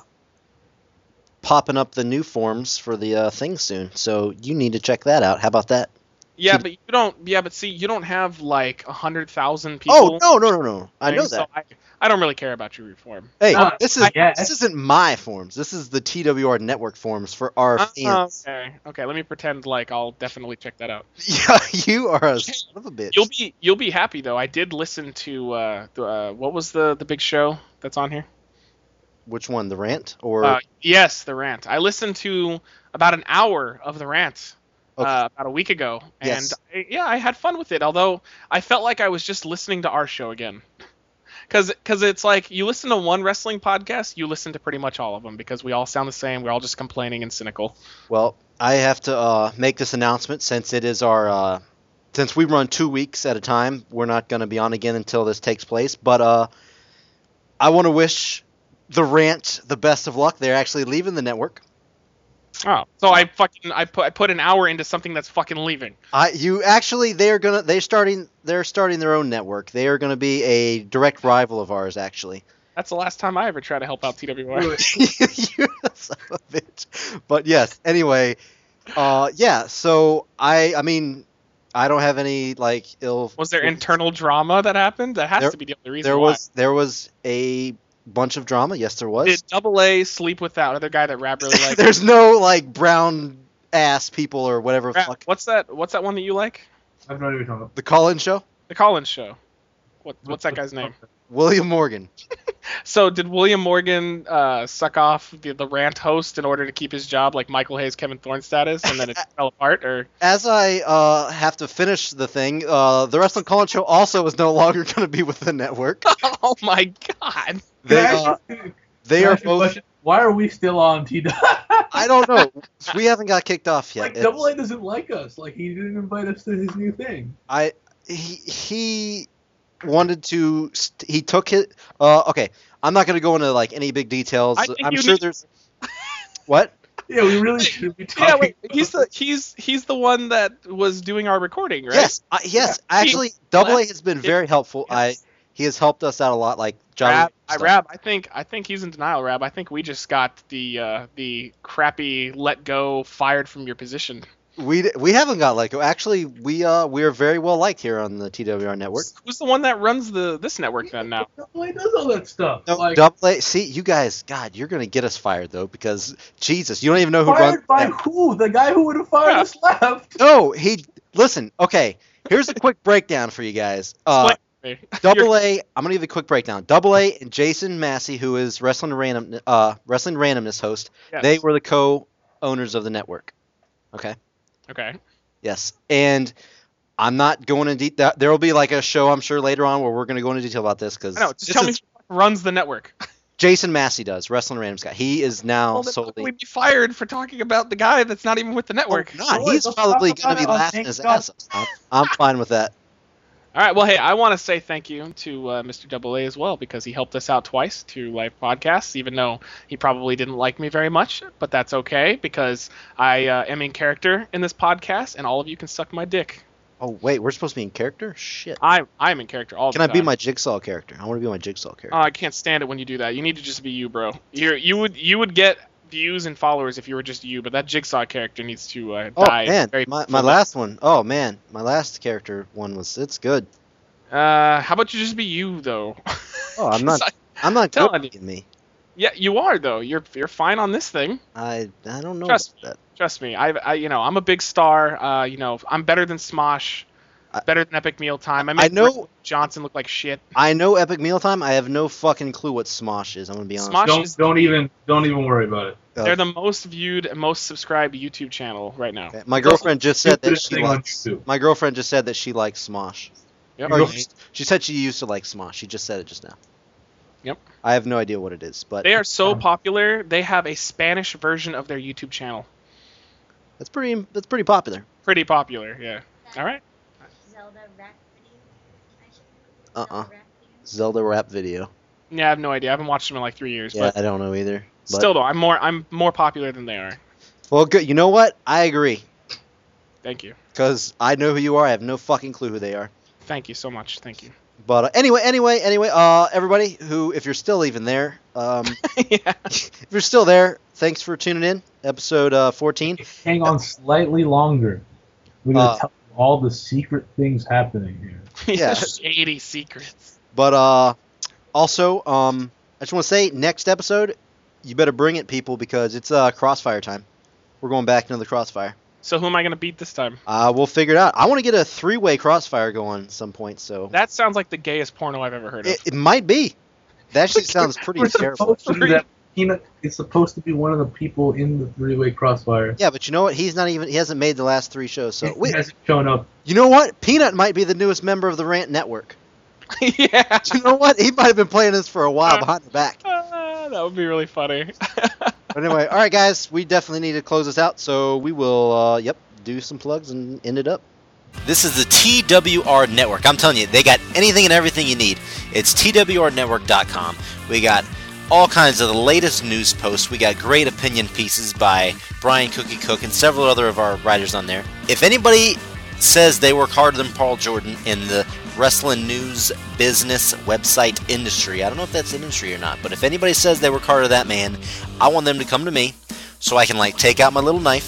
popping up the new forms for the uh, thing soon, so you need to check that out. How about that? Yeah, Hmm. but you don't. Yeah, but see, you don't have like a hundred thousand Oh people. no no no no! I know So that. I, I don't really care about your reform. Hey, Uh, this is I guess. this isn't my forms. This is the TWR network forms for our Uh, fans. okay. Okay. Let me pretend like I'll definitely check that out. Yeah, you are a son of a bitch. You'll be you'll be happy though. I did listen to uh, the, uh what was the the big show that's on here? Which one, the rant or? Uh, yes, the rant. I listened to about an hour of the rant. Okay. Uh, about a week ago, and Yes. I, yeah, I had fun with it. Although I felt like I was just listening to our show again, because it's like you listen to one wrestling podcast, you listen to pretty much all of them because we all sound the same. We're all just complaining and cynical. Well, I have to uh, make this announcement since it is our uh, since we run two weeks at a time. We're not going to be on again until this takes place. But uh, I want to wish the rant the best of luck. They're actually leaving the network. Oh, so I fucking I put I put an hour into something that's fucking leaving. I you actually they are gonna they starting they're starting their own network. They are going to be a direct rival of ours actually. That's the last time I ever try to help out TWR. You're a son of a bitch. But yes, anyway, uh, yeah. So I I mean I don't have any like ill. Was there internal drama that happened? That has There- to be the only reason. There why. was there was a bunch of drama. Yes, there was. Did Double A sleep with that other guy that rap really liked? There's no like brown ass people or whatever the Rap- fuck what's that? What's that one that you like? I've not even heard of. the call-in show. The Collins Show. What, what's that guy's name? William Morgan. So did William Morgan uh, suck off the, the rant host in order to keep his job, like Michael Hayes, Kevin Thorne status, and then it fell apart? Or As I uh, have to finish the thing, uh, the wrestling call-in show also is no longer going to be with the network. oh my god! They, Can I uh, ask you- can they I are ask you a both. question? Why are we still on T? I don't know. We haven't got kicked off yet. like It's- Double A doesn't like us. Like he didn't invite us to his new thing. I he he wanted to. St- he took it. Uh, okay, I'm not going to go into like any big details. I think I'm you sure need- there's. What? Yeah, we really should be talking. Yeah, wait, about- he's the he's he's the one that was doing our recording, right? Yes, I, yes. Actually, Double A left. has been It- very helpful. I Yes. he has helped us out a lot. Like Johnny. Rab, I, stuff. Rab, I think I think he's in denial, Rab. I think we just got the uh, the crappy let go, fired from your position. We d- we haven't got like actually we uh we are very well liked here on the TWR network. Who's the one that runs the this network then now? Double A does all that stuff. No, like double A. See, you guys, God, you're gonna get us fired though because Jesus, you don't even know who runs. fired by that. who? The guy who would have fired Yeah. us left. No, he. Listen, okay. Here's a quick breakdown for you guys. Uh, Explain to me. double A. I'm gonna give you a quick breakdown. Double A and Jason Massey, who is wrestling random, uh, wrestling randomness host. Yes. They were the co-owners of the network. Okay. okay. Yes, and I'm not going into deep. That, there will be like a show, I'm sure, later on where we're going to go into detail about this because I know. Just tell me who runs the network. Jason Massey does wrestling random guy. He is now Well, then how can solely. we be fired for talking about the guy that's not even with Oh, the network. Not. Well, He's let's probably talk going about to be it on laughing his TikTok. ass off. I'm- I'm fine with that. All right. Well, hey, I want to say thank you to uh, Mr. Double A as well because he helped us out twice through live podcasts, even though he probably didn't like me very much. But that's okay because I uh, am in character in this podcast, and all of you can suck my dick. Oh wait, we're supposed to be in character. Shit. I I'm in character all Can the I time. be my jigsaw character? I want to be my jigsaw character. Oh, I can't stand it when you do that. You need to just be you, bro. You you would you would get views and followers if you were just you, but that jigsaw character needs to uh, oh die. man, very my, my last one. Oh man, my last character one was it's good. Uh, how about you just be you though? Oh, I'm not. I'm not good telling you. at me. Yeah, you are though. You're you're fine on this thing. I I don't know Trust about that. Trust me. I, I you know I'm a big star. Uh, you know I'm better than Smosh, I- better than Epic Meal Time. I, I make know- Rick Johnson look like shit. I know Epic Mealtime. I have no fucking clue what Smosh is. I'm gonna be honest. Smosh Don't is don't even don't even worry about it. Uh, they're the most viewed and most subscribed YouTube channel right now. Okay, My girlfriend just said that Stupidest she thing on likes. YouTube. My girlfriend just said that she likes Smosh. Yep. Or she, she said she used to like Smosh. She just said it just now. Yep. I have no idea what it is, but They are so popular. They have a Spanish version of their YouTube channel. that's pretty. That's pretty popular. Pretty popular. Yeah. All right. Zelda rap video. I should- Uh uh Zelda rap video. Zelda rap video. Yeah, I have no idea. I haven't watched them in like three years, Yeah, but I don't know either. But, still though, I'm more I'm more popular than they are. Well, good. You know what? I agree Thank you. because I know who you are. I have no fucking clue who they are. Thank you so much. Thank you. But uh, anyway, anyway, anyway. Uh, everybody who, if you're still even there, um, yeah. if you're still there, thanks for tuning in. Episode uh, 14. Hang on slightly longer. We're gonna Uh, tell you all the secret things happening here. Yeah. Eighty secrets. But uh, also, um, I just want to say, next episode, you better bring it, people, because it's uh, crossfire time. We're going back into the crossfire. So who am I gonna beat this time? Uh, we'll figure it out. I want to get a three-way crossfire going at some point, so That sounds like the gayest porno I've ever heard of. it, it might be. That actually sounds pretty We're terrible. supposed to do that. Peanut is supposed to be one of the people in the three-way crossfire. Yeah, but you know what? He's not even. He hasn't made the last three shows. So he wait, hasn't shown up. you know what? Peanut might be the newest member of the Rant Network. yeah. you know what? He might have been playing this for a while Uh. behind the back. Ah, that would be really funny. But anyway, all right, guys, we definitely need to close this out, so we will, uh, yep, do some plugs and end it up. This is the TWR Network. I'm telling you, they got anything and everything you need. It's TWRnetwork.com. We got all kinds of the latest news posts. We got great opinion pieces by Brian Cookie Cook and several other of our writers on there. If anybody says they work harder than Paul Jordan in the wrestling news business website industry, I don't know if that's industry or not, but if anybody says they work harder than that man, I want them to come to me so I can like take out my little knife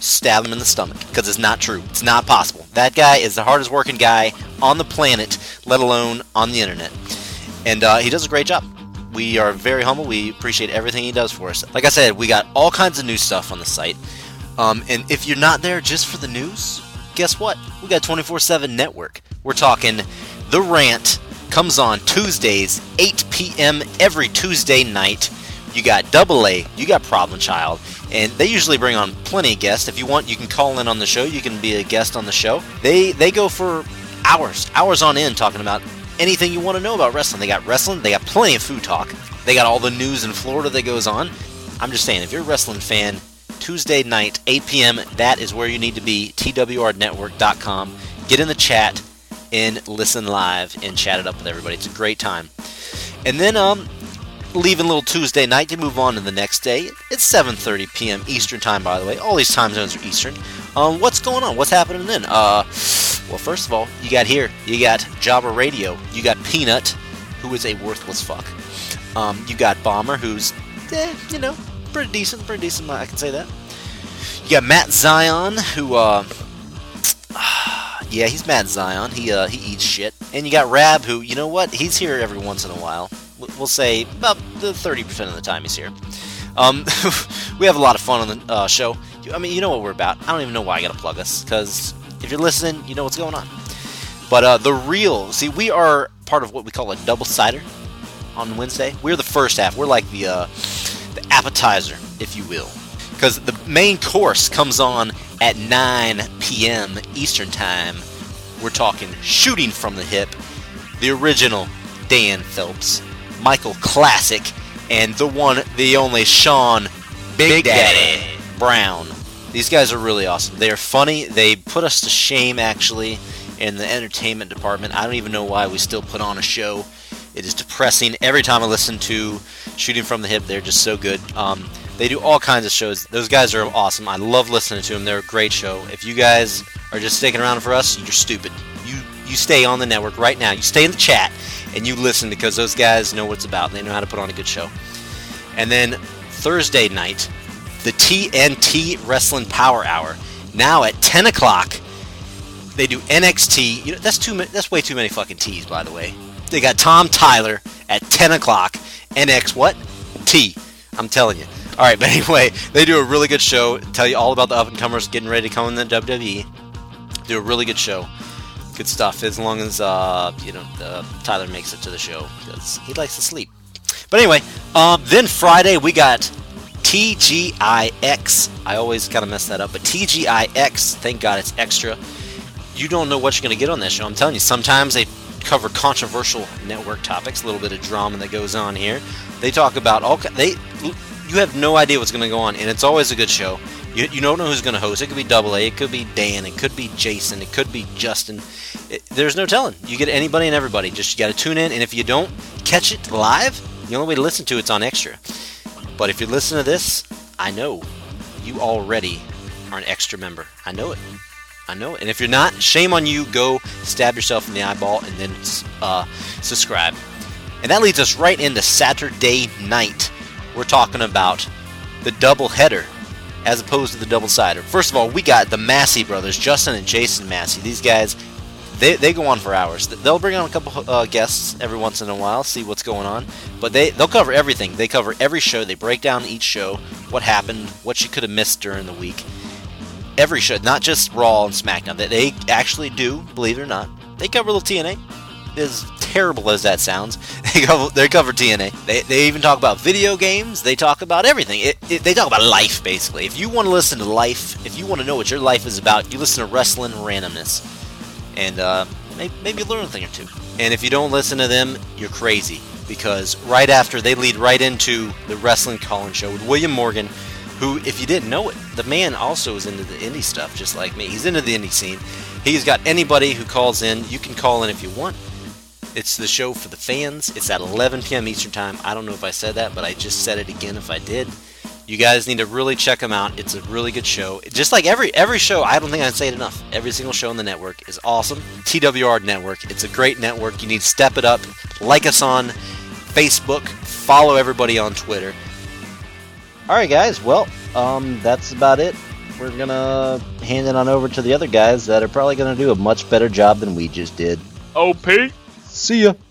stab him in the stomach because it's not true. It's not possible. That guy is the hardest working guy on the planet, let alone on the internet. And uh, he does a great job. We are very humble. We appreciate everything he does for us. Like I said, we got all kinds of new stuff on the site. Um, and if you're not there just for the news, guess what? We got 24 7 network. We're talking The Rant comes on Tuesdays, 8 p.m. every Tuesday night. You got Double A, you got Problem Child, and they usually bring on plenty of guests. If you want, you can call in on the show. You can be a guest on the show. They they go for hours, hours on end talking about anything you want to know about wrestling. They got wrestling. They got plenty of food talk. They got all the news in Florida that goes on. I'm just saying, if you're a wrestling fan, Tuesday night, 8 p.m. That is where you need to be. TWRnetwork.com. Get in the chat and listen live and chat it up with everybody. It's a great time. And then um, leaving little Tuesday night to move on to the next day. It's 7:30 p.m. Eastern time, by the way. All these time zones are Eastern. Um, what's going on? What's happening then? Uh, well, first of all, you got here. You got Jabba Radio. You got Peanut, who is a worthless fuck. Um, you got Bomber, who's, eh, you know, pretty decent, pretty decent. I can say that. You got Matt Zion, who, uh, yeah, he's Matt Zion. He uh, he eats shit. And you got Rab, who, you know what? He's here every once in a while. W- We'll say about the 30% of the time he's here. Um, we have a lot of fun on the uh, show. You- I mean, you know what we're about. I don't even know why I gotta plug us, because if you're listening, you know what's going on. But uh, the real, see, we are part of what we call a double cider on Wednesday. We're the first half. We're like the uh, the appetizer, if you will, because the main course comes on at 9 p.m. Eastern Time. We're talking shooting from the hip, the original Dan Phelps, Michael Classic, and the one, the only Sean Big, Daddy Brown. These guys are really awesome. They are funny. They put us to shame, actually, in the entertainment department. I don't even know why we still put on a show. It is depressing. Every time I listen to Shooting from the Hip, they're just so good. Um, they do all kinds of shows. Those guys are awesome. I love listening to them. They're a great show. If you guys are just sticking around for us, you're stupid. You you stay on the network right now. You stay in the chat and you listen because those guys know what it's about. They know how to put on a good show. And then Thursday night, the TNT Wrestling Power Hour. Now at 10 o'clock, they do NXT. You know, that's too ma- that's way too many fucking T's, by the way. They got Tom Tyler at 10 o'clock. NX what? T. I'm telling you. All right, but anyway, they do a really good show. Tell you all about the up and comers getting ready to come in the WWE. Do a really good show. Good stuff. As long as uh, you know uh, Tyler makes it to the show because he likes to sleep. But anyway, um, then Friday we got TGIX. I always kind of mess that up, but TGIX. Thank God it's extra you don't know what you're going to get on that show. I'm telling you, sometimes they cover controversial network topics, a little bit of drama that goes on here. They talk about all ki- they you have no idea what's going to go on, and it's always a good show. You, you don't know who's going to host. It could be Double A, it could be Dan, it could be Jason, it could be Justin. It- there's no telling. You get anybody and everybody. Just you got to tune in, and if you don't catch it live, the only way to listen to it's on extra. But if you listen to this, I know you already are an extra member. I know it. I know it. And if you're not, shame on you. Go stab yourself in the eyeball and then uh, subscribe. And that leads us right into Saturday night. We're talking about the double header as opposed to the double sider. First of all, we got the Massey brothers, Justin and Jason Massey. These guys, they, they go on for hours. They'll bring on a couple uh, guests every once in a while, see what's going on. But they, they'll cover everything. They cover every show. They break down each show, what happened, what you could have missed during the week every show, not just Raw and SmackDown. That they actually do, believe it or not, they cover a little TNA. As terrible as that sounds, they cover, they cover TNA. They, they even talk about video games. They talk about everything. It, it, they talk about life, basically. If you want to listen to life, if you want to know what your life is about, you listen to Wrestling Randomness. And uh, maybe, maybe learn a thing or two. And if you don't listen to them, you're crazy because right after they lead right into the wrestling call-in show with William Morgan, who, if you didn't know it, the man also is into the indie stuff just like me. He's into the indie scene. He's got anybody who calls in. You can call in if you want. It's the show for the fans. It's at 11 p.m. Eastern Time. I don't know if I said that, but I just said it again if I did. You guys need to really check them out. It's a really good show. Just like every every show, I don't think I say it enough. Every single show on the network is awesome. TWR Network. It's a great network. You need to step it up. Like us on Facebook. Follow everybody on Twitter. All right, guys. Well, um, that's about it. We're gonna hand it on over to the other guys that are probably gonna do a much better job than we just did. OP. See ya.